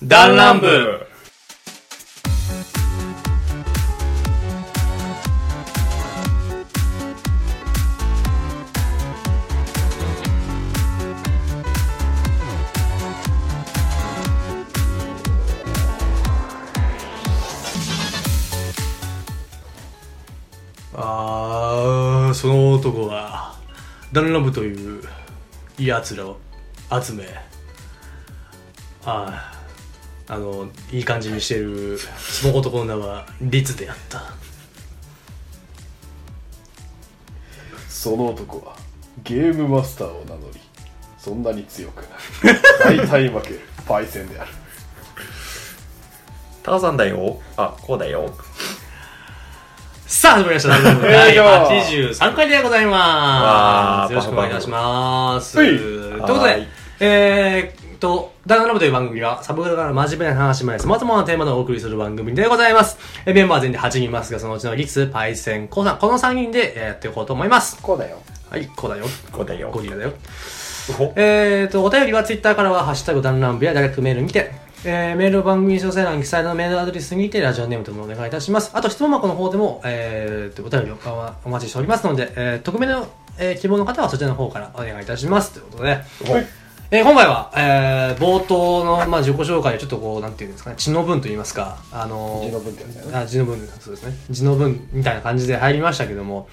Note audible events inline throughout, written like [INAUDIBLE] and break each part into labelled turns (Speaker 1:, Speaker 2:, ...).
Speaker 1: 弾丸部あーその男がダンラブというやつらを集めあーあのいい感じにし
Speaker 2: [LAUGHS]
Speaker 1: てるその男の名はリツであった
Speaker 3: その男はゲームマスターを名乗りそんなに強く
Speaker 1: [LAUGHS]
Speaker 3: ない大体負けるパイセンである
Speaker 2: ターザンだよ。あ、こうだよ。
Speaker 1: さあ始まりました「ダンラブ」
Speaker 3: よいしょ
Speaker 1: 第83回でございま
Speaker 2: わ
Speaker 1: す
Speaker 2: ー
Speaker 1: よろしくお願いいたしますと
Speaker 3: パフパフ
Speaker 1: いう
Speaker 2: はい
Speaker 1: こと
Speaker 2: は
Speaker 1: で
Speaker 2: い
Speaker 1: えーっと「ダンラブ」という番組はサブカルから真面目な話まで様々なテーマでお送りする番組でございますえメンバー全員で8人いますがそのうちのリツパイセンコウさんこの3人でえーやっていこうと思います
Speaker 3: こうだよ
Speaker 1: はいこうだよ
Speaker 2: こうだよ。
Speaker 1: ゴリラだよ
Speaker 2: お
Speaker 1: えー、と、お便りはツイッターからは、ハッシュタグダンランブやダイレクトメールにて、えー、メールを番組詳細欄に記載のメールアドレスにて、ラジオネームともお願いいたします。あと、質問箱の方でも、えー、と、お便りをお待ちしておりますので、えー、匿名の、えー希望の方はそちらの方からお願いいたします。ということで、えー今回は、えー、冒頭の、まあ、自己紹介をちょっとこう、なんていうんですかね、知の分といいますか、あのー、
Speaker 3: 字の文ってやつだよね
Speaker 1: あ、字の文、そうですね。字の文みたいな感じで入りましたけども、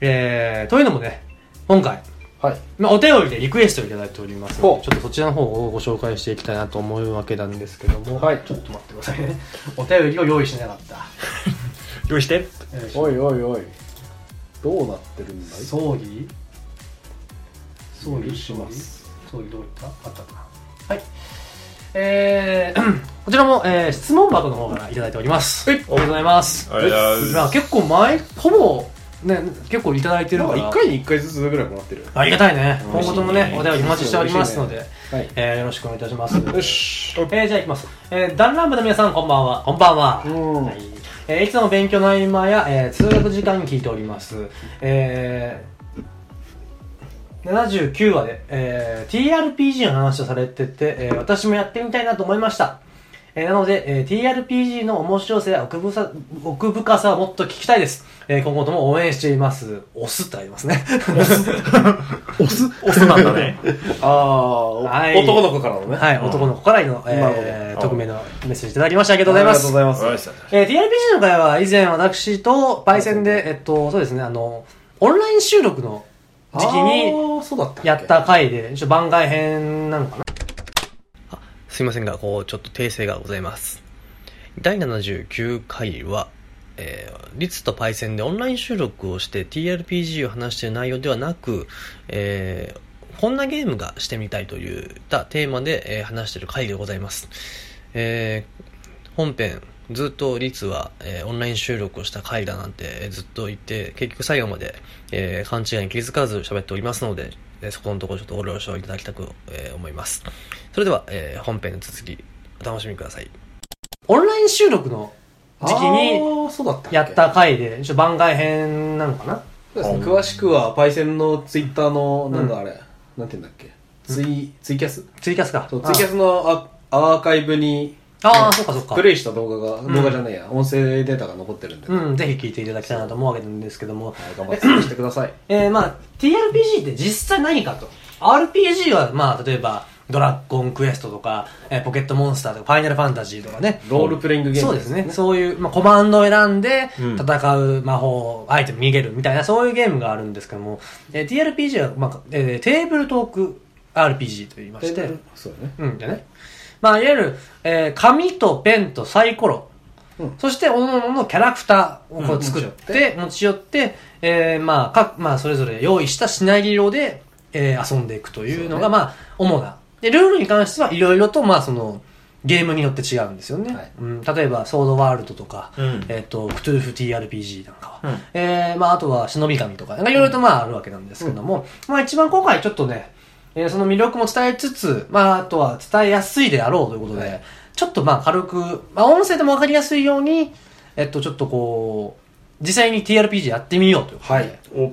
Speaker 1: えー、というのもね、今回、
Speaker 3: はい
Speaker 1: まあ、お便りでリクエストをいただいておりますので
Speaker 3: ほう
Speaker 1: ちょっとそちらの方をご紹介していきたいなと思うわけなんですけども、
Speaker 3: はい
Speaker 1: ちょっと待ってくださいね [LAUGHS] お便りを用意しなかった
Speaker 2: 用意して。
Speaker 1: えー
Speaker 3: おいおいおいどうなってるんだい
Speaker 1: 葬儀葬儀
Speaker 3: 許します
Speaker 1: 葬儀どういったあったかなはいえー、 [CLEARS THROAT] こちらも、えー、質問箱の方からいただいておりますはいありがとうございます
Speaker 2: ありがとうございます
Speaker 1: まあ結構前ほぼね結構いただいてる
Speaker 3: なん
Speaker 1: か
Speaker 3: から1回に1回ずつぐらいもらってる
Speaker 1: ありがたいね今後とも
Speaker 2: 嬉しい
Speaker 1: ね
Speaker 2: ね
Speaker 1: お便りお待ちしておりますので、
Speaker 3: はい
Speaker 1: えー、よろしくお願いいたします
Speaker 3: よし
Speaker 1: えー、じゃあいきます。えー、ダンラン部の皆さん、こんばんは。こんばんは。
Speaker 3: うん
Speaker 1: はい。えー、いつも勉強の合間や、えー、通学時間に聞いております。えー、79話で、えー、TRPG の話をされてて、えー、私もやってみたいなと思いました。えー、なので、えー、TRPG の面白さや奥ぶさ奥深さをもっと聞きたいです。えー、今後とも応援しています。押すってありますね。
Speaker 2: 押す押すなんだね。
Speaker 3: ああ、お
Speaker 1: はい
Speaker 3: 男の子からのね
Speaker 1: [LAUGHS] はい、男の子からの、
Speaker 3: なるほど
Speaker 1: えー、匿名のメッセージいただきましてありがとうございます。
Speaker 3: ありがとうござ
Speaker 2: 押
Speaker 3: います
Speaker 2: した。
Speaker 1: えー、TRPG の会は以前私とパイセンで、えっと、そうですね、あの、オンライン収録の時期に
Speaker 3: あーそうだったけ
Speaker 1: やった回で、ちょっと番外編なのかなすいませんが、こう、ちょっと訂正がございます。第79回は、えー、リツとパイセンでオンライン収録をして TRPG を話している内容ではなく、えーこんなゲームがしてみたいといったテーマで、えー話している回でございます。えー本編、ずっとリツは、えーオンライン収録をした回だなんて、えーずっと言って、結局最後まで、えー勘違いに気づかず喋っておりますので、えーそこのところちょっとご了承いただきたく、えー思います。それでは、えー本編の続き、お楽しみください。オンライン収録の
Speaker 3: あー
Speaker 1: 時期に
Speaker 3: そうだったっけ
Speaker 1: やった回で、ちょっと番外編なのかな
Speaker 3: そうですね詳しくはパイセンのツイッターのなん
Speaker 1: う
Speaker 3: だあれ、なんて言うんだっけツイツイキャス
Speaker 1: ツイキャスか。
Speaker 3: そうツイキャスのアアーカイブに
Speaker 1: ああ、そうかそうか
Speaker 3: プ。レイした動画が、
Speaker 1: ん
Speaker 3: 動画じゃねえや音声データが残ってるんで、はい
Speaker 1: うん、ぜひ聞いていただきたいなと思うわけなんですけども、
Speaker 3: 頑張って探してください
Speaker 1: えー、まあ TRPG って実際何かと RPG はまあ例えばドラゴンクエストとか、えーポケットモンスターとかファイナルファンタジーとかね
Speaker 3: ロールプレイングゲーム
Speaker 1: そうですねそういう、まあ、コマンドを選んで戦う魔法、アイテム逃げるみたいなそういうゲームがあるんですけども、えー TRPG は、まあえーテーブルトーク RPG と言いまして
Speaker 3: でそうだね
Speaker 1: うん、じゃね。まあ、いわゆる、えー紙とペンとサイコロ。
Speaker 3: うん
Speaker 1: そして、おのおののキャラクターをこ
Speaker 3: う
Speaker 1: うん作って、持ち寄って、えーまあ、各、まあ、それぞれ用意したシナリオで、えー遊んでいくというのが、
Speaker 3: そうね
Speaker 1: まあ、主な。で、ルールに関してはいろいろと、まあ、その、ゲームによって違うんですよね。
Speaker 3: はい
Speaker 1: うん、例えば、ソードワールドとか、
Speaker 2: うん
Speaker 1: えっ、と、クトゥーフ TRPG なんかは、
Speaker 2: うん
Speaker 1: えーまあ、あとは、忍び神とか、なんかいろいろとまあ、あるわけなんですけども、まあ、一番今回ちょっとね、えーその魅力も伝えつつ、まあ、あとは伝えやすいであろうということで、
Speaker 3: はい
Speaker 1: ちょっとまあ、軽く、まあ、音声でもわかりやすいように、えっと、ちょっとこう、実際に TRPG やってみようということで、
Speaker 3: はい
Speaker 2: お、
Speaker 1: 今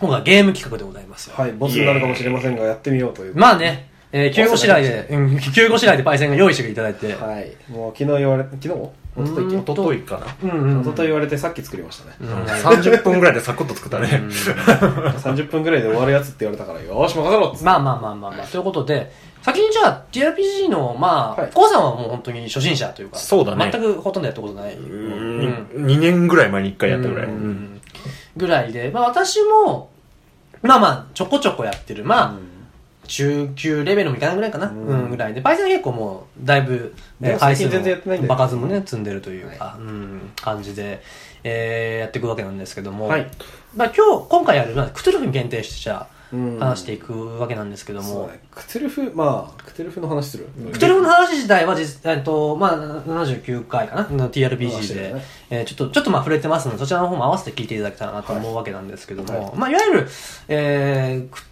Speaker 1: 回はゲーム企画でございますよ。
Speaker 3: はいボツになるかもしれませんがやってみようという
Speaker 1: まあね、えー、救護次第で、うん、救護次第でパイセンが用意していただいて、
Speaker 3: はい。もう昨日言われ、昨日
Speaker 2: おととい、おとといかな。
Speaker 1: うんう
Speaker 3: 一
Speaker 1: ん、
Speaker 3: 昨日言われてさっき作りましたね。
Speaker 1: うん
Speaker 2: 30分ぐらいでサクッと作ったね。
Speaker 3: 30分ぐらいで終わるやつって言われたから、よーし、任せろっつって。
Speaker 1: まあまあまあまあまあ、ということで、先にじゃあ TRPG の、まあ、
Speaker 3: はい
Speaker 1: コウさんはもう本当に初心者というか、
Speaker 2: そうだね
Speaker 1: 全くほとんどやったことな
Speaker 2: [LAUGHS]
Speaker 1: い。うん
Speaker 2: 2年ぐらい前に1回やったぐらい。
Speaker 1: うん
Speaker 2: うん
Speaker 1: ぐらいで、まあ私も、まあまあ、ちょこちょこやってる。まあ、中級レベルもいかないぐらいかな、う
Speaker 3: うん
Speaker 1: ん、ぐらいで、バイセンは結構もう、だいぶ、
Speaker 3: でも最近全然やってないんだよ
Speaker 1: バカズもね、積んでるというか、うん、感じで、えー、やっていくわけなんですけども、
Speaker 3: はい。
Speaker 1: まあ今日、今回やる、まあ、クトゥルフに限定して、じゃ
Speaker 3: うん
Speaker 1: あ、話していくわけなんですけども、
Speaker 3: そうね。クテルフ、まあ、クテルフの話する。
Speaker 1: クトゥルフの話自体は実、えっと、まあ、79回かなの ?TRPG
Speaker 3: そうだ
Speaker 1: で、
Speaker 3: ね
Speaker 1: えーちょっと、ちょっとまあ触れてますので、そちらの方も合わせて聞いていただけたらなと思うわけなんですけども、
Speaker 3: はいは
Speaker 1: まあ、いわゆる、えー、ク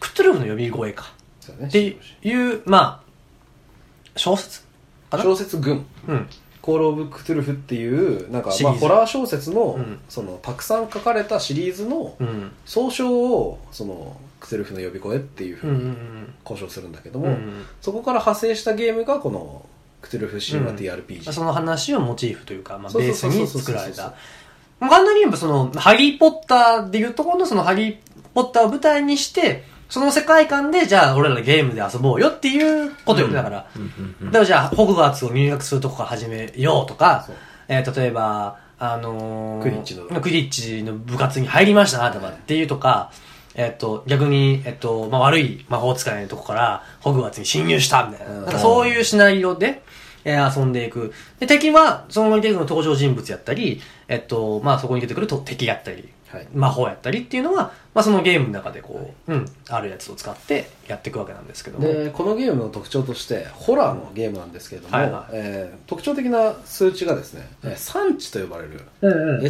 Speaker 1: クトゥルフの呼び声か。
Speaker 3: そうだね
Speaker 1: っていう、まあ、小説かな
Speaker 3: 小説群。
Speaker 1: うん。
Speaker 3: コール・オブ・クトゥルフっていう、なんか、
Speaker 1: シリ
Speaker 3: ま
Speaker 1: ー
Speaker 3: あ、
Speaker 1: ズ
Speaker 3: ホラー小説の、
Speaker 1: うん
Speaker 3: その、たくさん書かれたシリーズの
Speaker 1: うん。
Speaker 3: 総称を、その、クトゥルフの呼び声っていうふ
Speaker 1: う
Speaker 3: うん
Speaker 1: う
Speaker 3: に
Speaker 1: ん
Speaker 3: 交渉するんだけど
Speaker 1: うん。
Speaker 3: も、
Speaker 1: うん
Speaker 3: そこから派生したゲームがこのクトゥルフ神話 TRPG、
Speaker 1: その話をモチーフというか、まあ、
Speaker 3: そう
Speaker 1: ベ
Speaker 3: そ
Speaker 1: ー
Speaker 3: う
Speaker 1: ス
Speaker 3: そうそう
Speaker 1: に
Speaker 3: そう
Speaker 1: 作られた。簡単に言えば、その、ハリーポッターでいうところの、その、ハリーポッターを舞台にして、その世界観で、じゃあ、俺らゲームで遊ぼうよっていうことよ、だから。
Speaker 2: うん
Speaker 1: だからじゃあ、ホグワーツを入学するとこから始めようとか
Speaker 3: そう、
Speaker 1: えー例えば、あのー
Speaker 3: クリッチの
Speaker 1: クリッチの部活に入りましたなとかっていうとか、えっと、逆に、えっと、まあ、悪い魔法使いのとこから、ホグワーツに侵入したみたいな。
Speaker 3: うん
Speaker 1: なんかそういうシナリオで、えー遊んでいく。で、敵は、そのゲームの登場人物やったり、えっと、まあ、そこに出てくると敵やったり、
Speaker 3: はい、
Speaker 1: 魔法やったりっていうのは、まあ、そのゲームの中でこう、うん、あるやつを使ってやっていくわけなんですけども。
Speaker 3: でこのゲームの特徴としてホラーのゲームなんですけれども、
Speaker 1: はいはい
Speaker 3: えー特徴的な数値がですね、えー産地と呼ばれる、
Speaker 1: うんうん。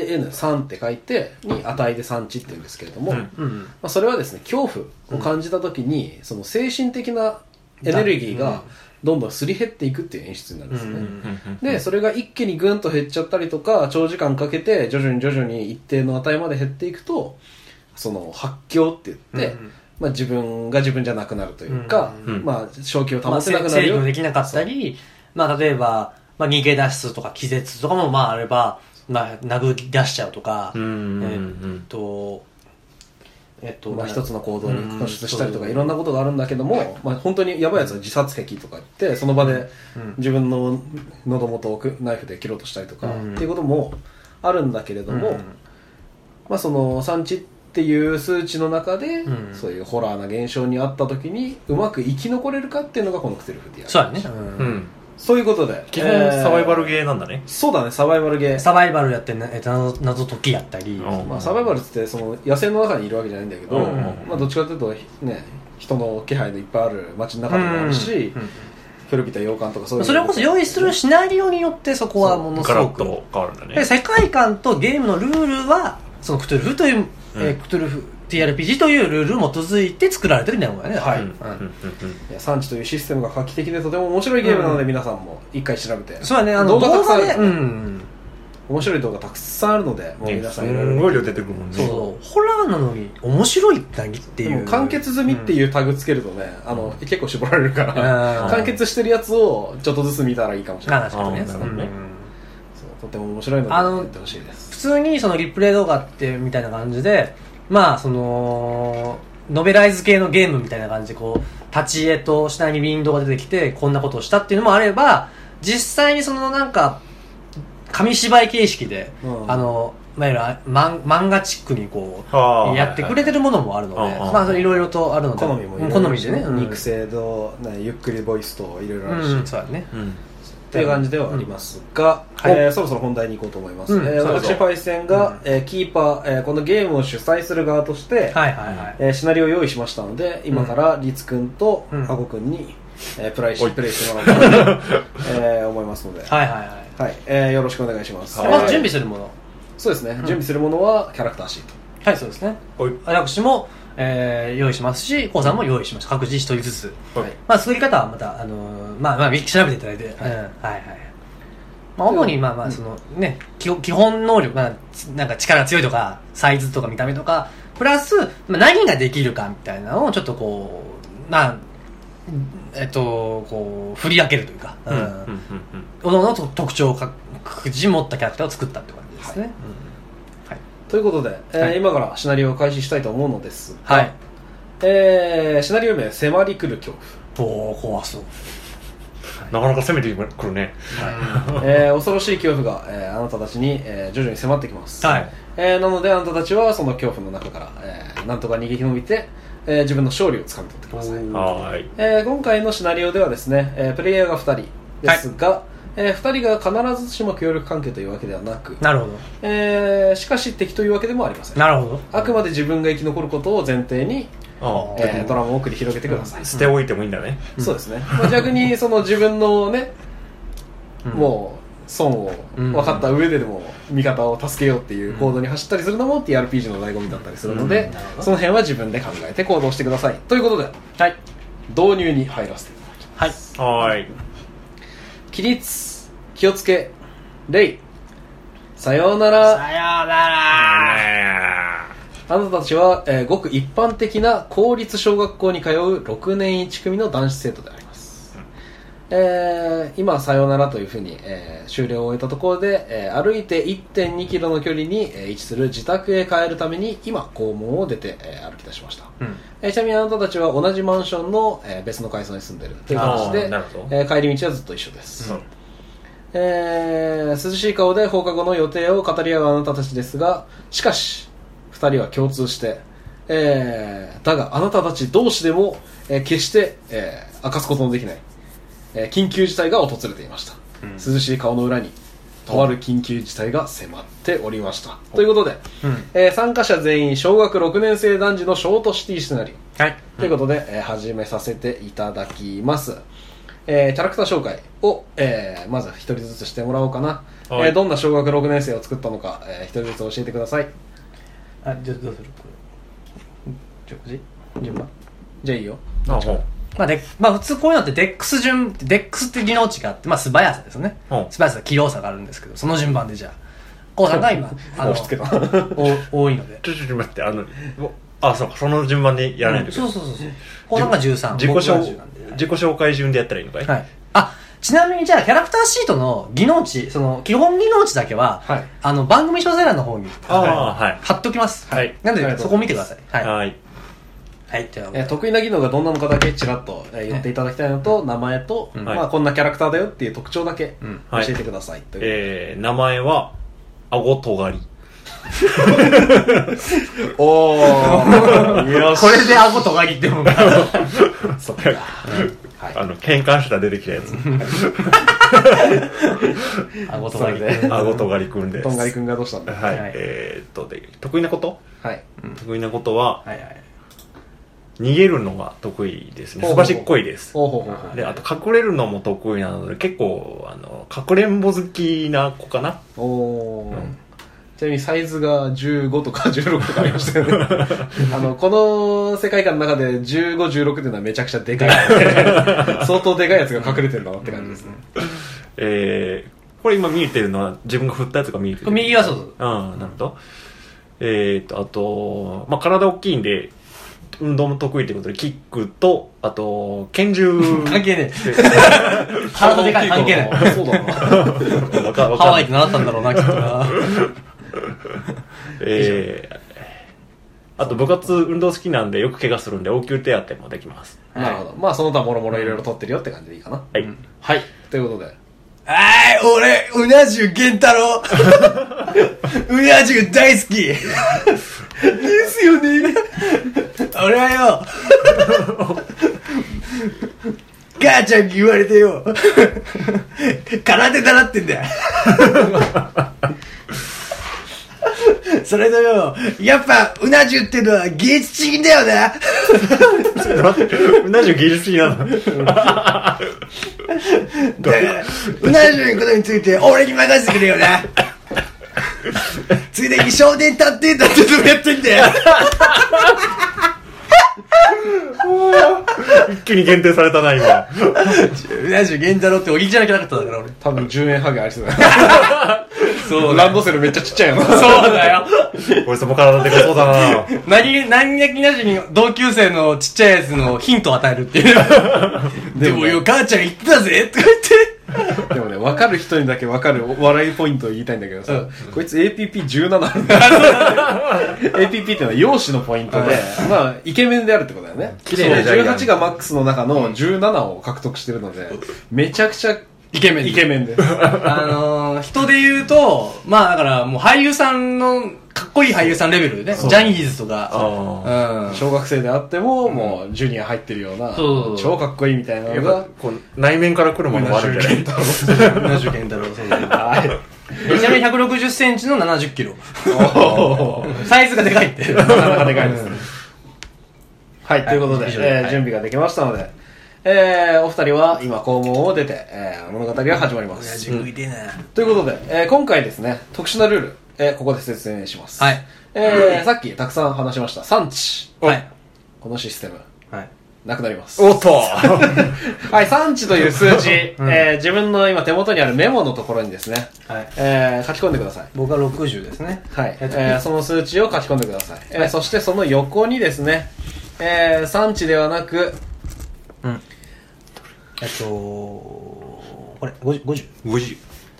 Speaker 3: SAN3 って書いてに値で産地って言うんですけれども、
Speaker 2: うん
Speaker 3: ま
Speaker 1: うん。
Speaker 3: あ、それはですね恐怖を感じた時に、その精神的なエネルギーがどんどんすり減っていくっていう演出になるんですね、
Speaker 1: うんうん
Speaker 3: で、それが一気にぐんと減っちゃったりとか、長時間かけて徐々に徐々に一定の値まで減っていくと、その発狂って言って、
Speaker 1: うんうん
Speaker 3: まあ自分が自分じゃなくなるというか、
Speaker 1: うん
Speaker 2: うん
Speaker 3: まあ正気を
Speaker 1: ま
Speaker 3: 保
Speaker 1: あ、
Speaker 3: て
Speaker 1: 制
Speaker 3: なくなる
Speaker 1: 御
Speaker 3: よ。
Speaker 1: もできなかったり、まあ、例えば、まあ、逃げ出すとか気絶とかも、まあ、あれば、まあ、殴り出しちゃうとか、
Speaker 2: うんうんうん
Speaker 1: えっと、えっと、
Speaker 3: まあ一つの行動に固執したりとか
Speaker 1: うん
Speaker 3: いろんなことがあるんだけども、まあ本当にやばいやつは自殺癖とか言って、その場で
Speaker 1: うん
Speaker 3: 自分の喉元をくナイフで切ろうとしたりとか、
Speaker 1: うん
Speaker 3: っていうこともあるんだけれども、
Speaker 1: うん
Speaker 3: まあ、その産地っていう数値の中で、
Speaker 1: うん
Speaker 3: そういうホラーな現象にあった時にうまく生き残れるかっていうのがこのクテルフディア
Speaker 1: そうやね。
Speaker 2: う
Speaker 1: うん
Speaker 2: ん。
Speaker 3: そういうことで
Speaker 2: 基本サバイバル
Speaker 3: ー、
Speaker 2: ゲーなんだね。
Speaker 3: そうだねサバイバルゲー
Speaker 1: サバイバルやって、なえっと、謎謎解きやったり、
Speaker 2: うん
Speaker 3: まあ、サバイバルっつってその野生の中にいるわけじゃないんだけど、
Speaker 2: うん
Speaker 3: まあ、どっちかというとね人の気配のいっぱいある街の中でもあるし、
Speaker 1: うん
Speaker 3: 古びた洋館とかそ
Speaker 1: う
Speaker 3: う
Speaker 1: ん
Speaker 3: いう
Speaker 1: それこそ用意するシナリオによってそこはものす
Speaker 2: ガ
Speaker 1: ご
Speaker 2: ラッ
Speaker 1: く
Speaker 2: と変わるんだね
Speaker 1: で。世界観とゲームのルールはそのクトゥルフという、え
Speaker 2: うん
Speaker 1: ークトゥルフ TRPG というルールに基づいて作られてるみたいなもんやね
Speaker 3: はい
Speaker 2: うんうん
Speaker 1: うん
Speaker 2: うん
Speaker 3: いや産地というシステムが画期的でとても面白いゲームなので、皆さんも一回調べて
Speaker 1: そうだねあの
Speaker 3: 動
Speaker 1: 動
Speaker 3: 画たくさん
Speaker 1: 画で
Speaker 3: ある
Speaker 1: うん
Speaker 3: 面白い動画たくさんあるのでもう
Speaker 2: ね、
Speaker 3: 皆
Speaker 2: す
Speaker 3: さんいろいろ
Speaker 2: んごい量出てくるもんね。
Speaker 1: そうそうホラーなのに面白い何って
Speaker 3: で
Speaker 1: い
Speaker 3: も
Speaker 1: う
Speaker 3: 完結済みっていうタグつけるとね、あの結構絞られるか
Speaker 1: うん
Speaker 3: ら、
Speaker 2: ん
Speaker 3: 完結してるやつをちょっとずつ見たらいいかもしれな
Speaker 1: 話
Speaker 3: い
Speaker 1: とかね
Speaker 2: あーなるほどね
Speaker 1: うん
Speaker 3: そうとても面白いので
Speaker 1: あの
Speaker 3: やってほしいです
Speaker 1: 普通にそのリプレイ動画ってみたいな感じでまあそのノベライズ系のゲームみたいな感じでこう立ち絵と下にウィンドウが出てきてこんなことをしたっていうのもあれば実際にそのなんか紙芝居形式で、
Speaker 3: うん
Speaker 1: あのいわゆるあマン漫画チックにこ
Speaker 2: あ
Speaker 1: う
Speaker 2: あ。
Speaker 1: やってくれてるものもあるので、
Speaker 2: はいはい
Speaker 1: まあいろいろとあるので
Speaker 3: 好みもいろいろ
Speaker 1: 好みでね、うん
Speaker 3: 肉声と、ね、ゆっくりボイスといろいろあるし、
Speaker 1: う
Speaker 3: っ
Speaker 1: んそうだね
Speaker 2: うん。
Speaker 3: ていう感じではありますが、
Speaker 1: うんはい
Speaker 3: えーそろそろ本題に行こうと思います、
Speaker 1: うん
Speaker 3: えー
Speaker 2: そうそう
Speaker 3: 私パイセンが、えーキーパー、えーこのゲームを主催する側として、
Speaker 1: はいはいはい、
Speaker 3: えーシナリオを用意しましたので今からリツくんと
Speaker 1: うん
Speaker 3: ハコくんに、えープライ
Speaker 2: お
Speaker 3: し
Speaker 2: い
Speaker 3: プレイしてもらおうかな
Speaker 1: [LAUGHS]
Speaker 3: と、えー思いますので、
Speaker 1: はいはいはい
Speaker 3: はい、えーよろしくお願いします。
Speaker 2: はい
Speaker 1: まず準備するもの
Speaker 3: そうですね、準備するものはキャラクターシート。
Speaker 1: はいそうですね
Speaker 2: おい、
Speaker 1: 私も、えー用意しますし、コウさんも用意しました。各自一人ずつ。
Speaker 2: おい。
Speaker 1: まあ、作り方はまた、あのーまあ、まあ、調べていただいて。うん。はいはい。まあ、主に、まあまあ、その、ね、基本基本能力、まあ、つなんか力強いとか、サイズとか見た目とか、プラス、まあ、何ができるかみたいなのを、ちょっとこう、まあ、えっと、こう、振り分けるというか、う
Speaker 4: うんんうんうん
Speaker 1: おのおのと特徴をかくじ持ったキャラクターを作ったって感じですね。
Speaker 3: ということで、えー
Speaker 1: はい
Speaker 3: 今からシナリオを開始したいと思うのですが、
Speaker 1: はい。
Speaker 3: えーシナリオ名「迫り来る恐
Speaker 1: おー、怖そう。
Speaker 4: なかなか攻めてくるね。
Speaker 1: は
Speaker 3: 怖」 [LAUGHS] えー恐ろしい恐怖が、えーあなたたちに、えー徐々に迫ってきます、
Speaker 1: はい。
Speaker 3: えーなのであなたたちはその恐怖の中から、えーなんとか逃げ延びて、えー自分の勝利をつかみ取ってください
Speaker 4: はーい。
Speaker 3: えー今回のシナリオではですね、えープレイヤーが2人ですが、え2人が必ずしも協力関係というわけではなく、
Speaker 1: なるほ
Speaker 3: えーしかし敵というわけでもありませ
Speaker 1: ど。
Speaker 3: ん
Speaker 1: なるほど。
Speaker 3: あくまで自分が生き残ることを前提に、
Speaker 4: あ
Speaker 3: えード
Speaker 4: あ。
Speaker 3: ラマを繰り広げてください、
Speaker 4: 捨ておいてもいいんだね。
Speaker 1: うん
Speaker 3: そうですね、まあ、逆にその自分のね、
Speaker 1: うん
Speaker 3: もう損を分かった上ででも味方を助けようっていう行動に走ったりするのも TRPG の醍醐味だったりするので、
Speaker 1: うんなるほど
Speaker 3: その辺は自分で考えて行動してくださいということで
Speaker 1: はい。
Speaker 3: 導入に入らせていただきます
Speaker 1: はい。
Speaker 4: はーい。
Speaker 3: 起立気をつけ礼さようなら
Speaker 1: ようなら
Speaker 3: あなたたちは、えーごく一般的な公立小学校に通う6年1組の男子生徒であります、えー今さようならというふうに、えー終了を終えたところで、えー歩いて1 2キロの距離に、えー位置する自宅へ帰るために今校門を出て、えー歩き出しました、
Speaker 1: うん。
Speaker 3: えーちなみにあなたたちは同じマンションの、えー別の階層に住んでるという
Speaker 4: あ
Speaker 3: 形
Speaker 4: あ
Speaker 3: で
Speaker 4: ー、、なるほど。
Speaker 3: えー帰り道はずっと一緒です、
Speaker 4: そう
Speaker 3: えー涼しい顔で放課後の予定を語り合うあなたたちですがしかし2人は共通して、えーだがあなたたち同士でも、えー決して、えー明かすことのできない、えー緊急事態が訪れていました、
Speaker 4: うん
Speaker 3: 涼しい顔の裏にとある緊急事態が迫っておりましたということで、えー参加者全員小学6年生男児のショートシティシナリオ
Speaker 1: はい。
Speaker 3: ということで、えー始めさせていただきます、えーキャラクター紹介を、えーまず一人ずつしてもらおうかな、
Speaker 4: はい
Speaker 3: えーどんな小学6年生を作ったのか、えー一人ずつ教えてください
Speaker 1: あ、じゃあどうするこれ。じゃ
Speaker 3: 順番じゃあいいよ
Speaker 4: あほう。
Speaker 1: まあで、まあ普通こういうのってデックス順、デックスって技能値があって、まあ素早さですよね。
Speaker 4: うん
Speaker 1: 素早さ、器用さがあるんですけど、その順番でじゃあ。王さんが今、あの
Speaker 3: 押し付けた
Speaker 1: お多いので。
Speaker 4: ちょちょちょ待って、あの、おあ、そうか、その順番でやらないとい
Speaker 1: そ
Speaker 4: けな
Speaker 1: う
Speaker 4: い。
Speaker 1: そうそうそう。王さんが13。
Speaker 4: 自己
Speaker 1: 僕が
Speaker 4: 紹
Speaker 1: 10なんで
Speaker 4: 自己紹介順でやったらいいのかい
Speaker 1: はい。あ、ちなみにじゃあ、キャラクターシートの技能値、その、基本技能値だけは、
Speaker 3: はい
Speaker 1: あの、番組詳細欄の方に、
Speaker 4: あ
Speaker 1: は
Speaker 4: あ、はい
Speaker 1: い貼っときます。
Speaker 4: はい
Speaker 1: なん
Speaker 3: あり
Speaker 1: で、
Speaker 3: がと
Speaker 1: そうこ
Speaker 3: ござ
Speaker 1: 見
Speaker 3: い
Speaker 1: てく
Speaker 3: ま
Speaker 1: だ
Speaker 3: す
Speaker 1: さい。はい。は
Speaker 4: はい。
Speaker 1: い、じゃあ、
Speaker 3: えー得意な技能がどんなのかだけちらっと、えー言っていただきたいのと、名前と、
Speaker 1: うん
Speaker 3: ま
Speaker 4: は
Speaker 3: あ、こんなキャラクターだよっていう特徴だけ
Speaker 1: うん
Speaker 3: 教
Speaker 4: はい
Speaker 3: えてください、という
Speaker 4: えー、名前は、あごとがり。
Speaker 3: お [LAUGHS] ーよ
Speaker 1: これで顎とがぎって [LAUGHS] もんか。
Speaker 3: そっか、はい
Speaker 4: あの、喧嘩したら出てきたやつ。
Speaker 1: 顎とがぎ
Speaker 3: それで
Speaker 4: あごとがりくんです。
Speaker 3: とんがりくんがどうしたんだ
Speaker 4: はい。
Speaker 1: はい
Speaker 4: えー、っとで、得意なこと
Speaker 3: はい
Speaker 4: 得意なことは、
Speaker 1: はいはい。
Speaker 4: 逃げるのが得意ですね。
Speaker 3: ほうほ
Speaker 4: す
Speaker 3: う
Speaker 4: ばしっこいです。
Speaker 3: おうほうほうほう
Speaker 4: で、あと、隠れるのも得意なので、結構、あの、かくれんぼ好きな子かな。
Speaker 3: おーちなみにサイズが15とか16とかありましたよね
Speaker 1: [LAUGHS]
Speaker 3: あのこの世界観の中で1516っていうのはめちゃくちゃでかい
Speaker 1: [LAUGHS]
Speaker 3: 相当でかいやつが隠れてるんだなって感じですね、
Speaker 4: えー、これ今見えてるのは、自分が振ったやつが見えてる。
Speaker 1: 右はそうそう。
Speaker 4: うん、なるほど。えー、と、あと、まあ、体大きいんで、運動も得意ということで、キックと、あと、
Speaker 1: [LAUGHS]
Speaker 4: 拳銃。
Speaker 1: 関係ねえ。体でかい関係ない。
Speaker 3: そうだな
Speaker 4: わか
Speaker 1: ハ
Speaker 4: わかんな
Speaker 1: ワイ
Speaker 4: い
Speaker 1: って習ったんだろうな、きっとな。
Speaker 4: えー、あと部活運動好きなんでよく怪我するんで応急手当もできます。
Speaker 1: [LAUGHS]
Speaker 3: なるほどまあその他もろもろいろいろ取ってるよって感じでいいかな
Speaker 4: はい。 [LAUGHS]
Speaker 3: はいということで
Speaker 1: あーい、俺、うな重源太 [LAUGHS] 郎うな重大好きですよね俺はよ母ちゃんに言われてよ空手習ってんだよそれとよ、やっぱ、うな重ってのは芸術的だよな
Speaker 4: ちょっと待って、うな重技術的なの。
Speaker 1: だから、うな重のことについて俺に任せてくれよな。ついでに少年探偵団ってのもやってんだよ。
Speaker 2: 一気に限定されたな、今。
Speaker 1: ラジオ源太郎っておぎじゃなきゃなかったんだから、俺。
Speaker 3: 多分10円ハゲありそうだ
Speaker 1: [LAUGHS] そ
Speaker 3: な
Speaker 1: う
Speaker 3: ランドセルめっちゃちっちゃいよな
Speaker 1: そうだよ。
Speaker 2: 俺様体でかそうだな。
Speaker 1: 何、何やきなしに同級生のちっちゃいやつのヒントを与えるっていう。でもよ、母ちゃん言ってたぜとか
Speaker 3: でもね、分かる人にだけ分かる笑いポイントを言いたいんだけどさ、こいつ APP17 あるんだ [LAUGHS] APP ってのは容姿のポイントで、まあ、イケメンであるってことだよね。
Speaker 2: 綺麗なジャイアン
Speaker 3: 18がマックスの中の17を獲得してるので、めちゃくちゃ
Speaker 1: イケメン
Speaker 3: イケメンで。
Speaker 1: あのー、人で言うと、まあだからもう俳優さんの、かっこいい俳優さんレベルでね。ジ
Speaker 2: う
Speaker 1: ャニーズとか。
Speaker 2: あ
Speaker 1: うん。
Speaker 3: [LAUGHS] 小学生であっても、もうジュニア入ってるよう
Speaker 1: そう
Speaker 3: な、
Speaker 1: そうそう
Speaker 3: 超かっこいいみたい
Speaker 2: あ。
Speaker 3: なの
Speaker 2: やっ
Speaker 3: が
Speaker 2: ぱ、、こう、内面から来るものもあるんじゃない
Speaker 1: 七十健太郎、そうだね
Speaker 3: はい。
Speaker 1: ちなみに160センチの70キロ。サイズがでかいって。
Speaker 3: なかなかでかいですね。はい、ということで、
Speaker 1: 以上で
Speaker 3: えー
Speaker 1: はい
Speaker 3: 準備ができましたので、えーお二人は今校門を出て、えー物語が始まりま
Speaker 1: 親
Speaker 3: す。
Speaker 1: 父食いてえな。
Speaker 3: ということで、えー今回ですね、特殊なルール、えーここで説明します。
Speaker 1: はい。
Speaker 3: えーさっきたくさん話しました、産地。
Speaker 1: はい。
Speaker 3: このシステム、
Speaker 1: はい。
Speaker 3: なくなります。
Speaker 2: おっと
Speaker 3: はい、産地という数字、
Speaker 1: うん
Speaker 3: えー自分の今手元にあるメモのところにですね、
Speaker 1: はい。
Speaker 3: えー書き込んでください。
Speaker 1: 僕は60ですね。
Speaker 3: はい、
Speaker 1: えっと
Speaker 3: えーその数値を書き込んでください、えーそしてその横にですね、えー、産地ではなく
Speaker 1: えっと、これ、50、50。
Speaker 2: !50。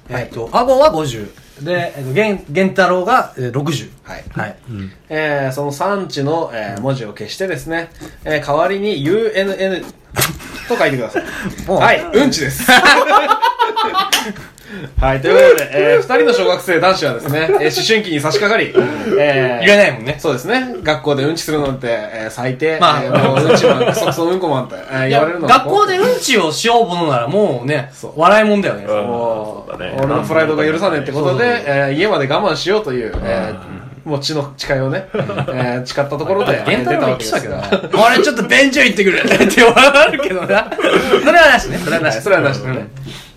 Speaker 1: えっと、アゴは50。で、えっと、ゲン、ゲンタロウがえー60。
Speaker 3: はい
Speaker 1: はい。
Speaker 3: えーその産地の、えー文字を消してですね、えー代わりに UNN と書いてください。
Speaker 1: もう
Speaker 3: はい、うんちです。 [LAUGHS] はい、ということで、えー二人の小学生男子はですね、えー思春期に差し掛かり、えー
Speaker 1: いらないもんね
Speaker 3: そうですね、学校でうんちするなんて、えー最低、
Speaker 1: まあ
Speaker 3: えーもううんちマン、クソクソうんこマンって、えー
Speaker 1: い
Speaker 3: 言
Speaker 1: や
Speaker 3: われるの
Speaker 1: 学校でうんちをしようものならもうね
Speaker 3: そう、
Speaker 1: 笑いもんだよね。
Speaker 2: うん
Speaker 3: もう
Speaker 2: そうだね
Speaker 3: 俺のプライドが許さねえってことで、
Speaker 1: そうそうそう
Speaker 3: えー家まで我慢しようという、えーもう血の誓いをね、えー誓ったところで、
Speaker 1: ゲンタロウ
Speaker 3: え
Speaker 1: は
Speaker 3: ー
Speaker 1: 来たけどな。俺ちょっと便所行ってくるって言われるけどな。それはなしね。それはな
Speaker 3: はい
Speaker 1: し。
Speaker 3: それはなしだね。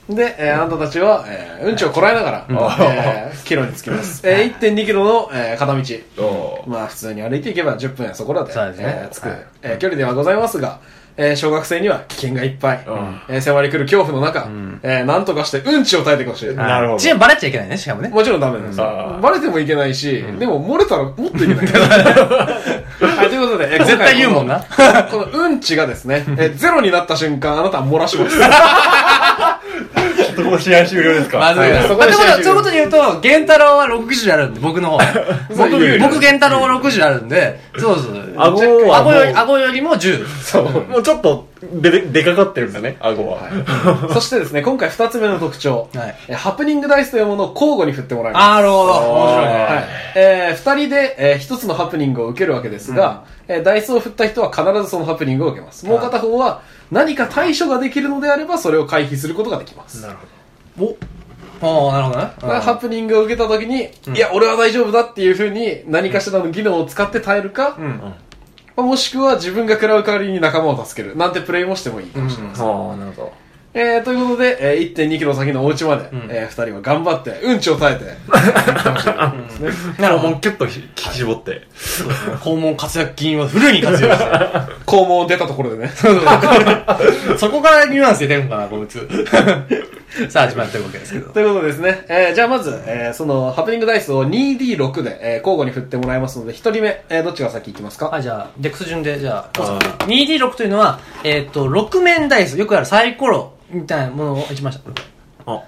Speaker 3: で、えーあなたたちは、えーうんちをこらえながら、えー帰路に着
Speaker 1: [LAUGHS]
Speaker 3: きます。えー、1.2キロの、えー片道。
Speaker 2: お
Speaker 3: まあ、普通に歩いていけば10分やそこらで、
Speaker 1: そうですね
Speaker 3: えー着く、
Speaker 1: はい
Speaker 3: えー距離ではございますが、えー小学生には危険がいっぱい、
Speaker 2: うん
Speaker 3: えー迫り来る恐怖の中、えーなんとかしてうんちを耐えてほしい。
Speaker 2: なるほど
Speaker 1: ちなみにバレちゃいけないね、しかもね。
Speaker 3: もちろんダメなんですよ
Speaker 2: う。ん
Speaker 3: バレてもいけないし、でも漏れたらもっといけない。はい、ということで、え
Speaker 1: 絶対言うもん。な。
Speaker 3: 今回このこのうんちがですね、えゼロになった瞬間、あなたは漏らします。
Speaker 2: ー。ここ試合終了ですか
Speaker 1: まずい
Speaker 3: は
Speaker 1: な。
Speaker 3: い
Speaker 1: まあ
Speaker 3: そ
Speaker 1: そ
Speaker 3: こで
Speaker 1: ういうことそういうことで言う
Speaker 3: 試合終了
Speaker 1: と、ゲンタロウは60あるんで、僕の方。
Speaker 3: そう
Speaker 1: 僕
Speaker 3: 有利、
Speaker 1: 僕ゲンタロウは60あるんで、そうそう。
Speaker 2: 顎はも
Speaker 1: 顎
Speaker 2: う
Speaker 1: より、顎よりも10。
Speaker 2: そう。もうちょっと、で、でかかってるんだね、顎は。
Speaker 3: [LAUGHS] そしてですね、今回二つ目の特徴、
Speaker 1: はい
Speaker 3: えハプニングダイスというものを交互に振ってもらいます。
Speaker 1: あーなるほど。面白いね。
Speaker 3: はいえー、二人で、えー一つのハプニングを受けるわけですが、えーダイスを振った人は必ずそのハプニングを受けます。もう片方は何か対処ができるのであれば、それを回避することができます。
Speaker 1: なるほど。おおなるほどね。うん
Speaker 3: まあハプニングを受けた時に、いや、俺は大丈夫だっていうふうに何かしらの技能を使って耐えるか、
Speaker 1: ん
Speaker 3: まあもしくは自分が食らう代わりに仲間を助けるなんてプレイもしてもいいかもしれない。
Speaker 2: ああ、なるほど。
Speaker 3: えー、ということで、えー、1.2キロ先のお家まで、えー、二人は頑張って、うんちを耐えて、
Speaker 1: なるほ
Speaker 2: も
Speaker 1: ど
Speaker 2: う。キュッと引き絞って。
Speaker 1: 肛門活躍筋はフルに活用してる。
Speaker 3: 肛門を出たところでね。 [LAUGHS]
Speaker 1: そこからニュアンス入れるんかな、こいつ。さあ、始まってるわけですけど。
Speaker 3: ということですね。えー、じゃあまず、えー、その、ハプニングダイスを 2D6 で、えー、交互に振ってもらいますので、一人目、えー、どっちが先行きますか
Speaker 1: はい、じゃあ、デックス順で、じゃあ、
Speaker 2: あー
Speaker 1: 2D6 というのは、えっと、6面ダイス、よくあるサイコロみたいなものを打ちました。
Speaker 2: あ、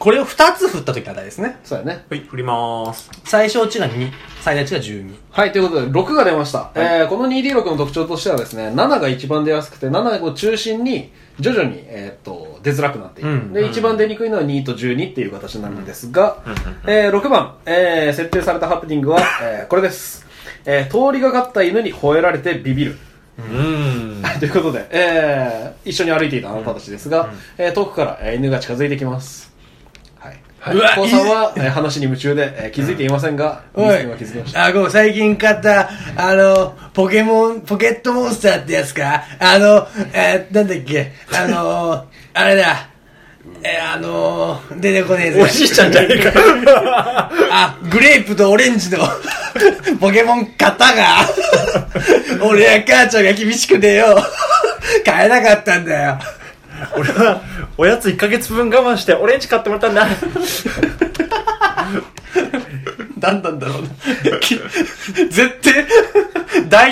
Speaker 1: これを2つ振った時の値ですね。
Speaker 3: そうやね。
Speaker 2: はい、振りまーす。
Speaker 1: 最小値が2、最大値が12。
Speaker 3: はい、ということで、6が出ました。えーこの 2D6 の特徴としてはですね、7が一番出やすくて、7を中心に、徐々に、えーっと、出づらくなっている。
Speaker 1: うん
Speaker 3: で、一番出にくいのは2と12っていう形になるんですが、えー6番、えー設定されたハプニングは、えーこれです。えー通りがかった犬に吠えられてビビる。 [LAUGHS]
Speaker 2: うーん。
Speaker 3: ということで、えー一緒に歩いていたあなたたちですが、えー遠くから、えー犬が近づいてきます。はい。はい、
Speaker 1: うわ
Speaker 3: お子さんは、えー話に夢中で、えー気づいていませんが、
Speaker 1: お
Speaker 3: ミ
Speaker 1: い
Speaker 3: スには気づきました。
Speaker 1: あ、ごめん最近買った、あの、ポケモン、ポケットモンスターってやつかあの、えーなんだっけ、あのー、 [LAUGHS] あれだ、えーあのー、出てこねえぜ。
Speaker 2: おじいちゃんじゃねえか。 [LAUGHS]
Speaker 1: あ、グレープとオレンジの [LAUGHS]
Speaker 2: [LAUGHS]
Speaker 1: ポケモン型が、俺や母ちゃんが厳しくてよ、買えなかったんだよ。
Speaker 3: 俺はおやつ1ヶ月分我慢してオレンジ買ってもらったんだ
Speaker 1: なんなんだろうな。き絶対、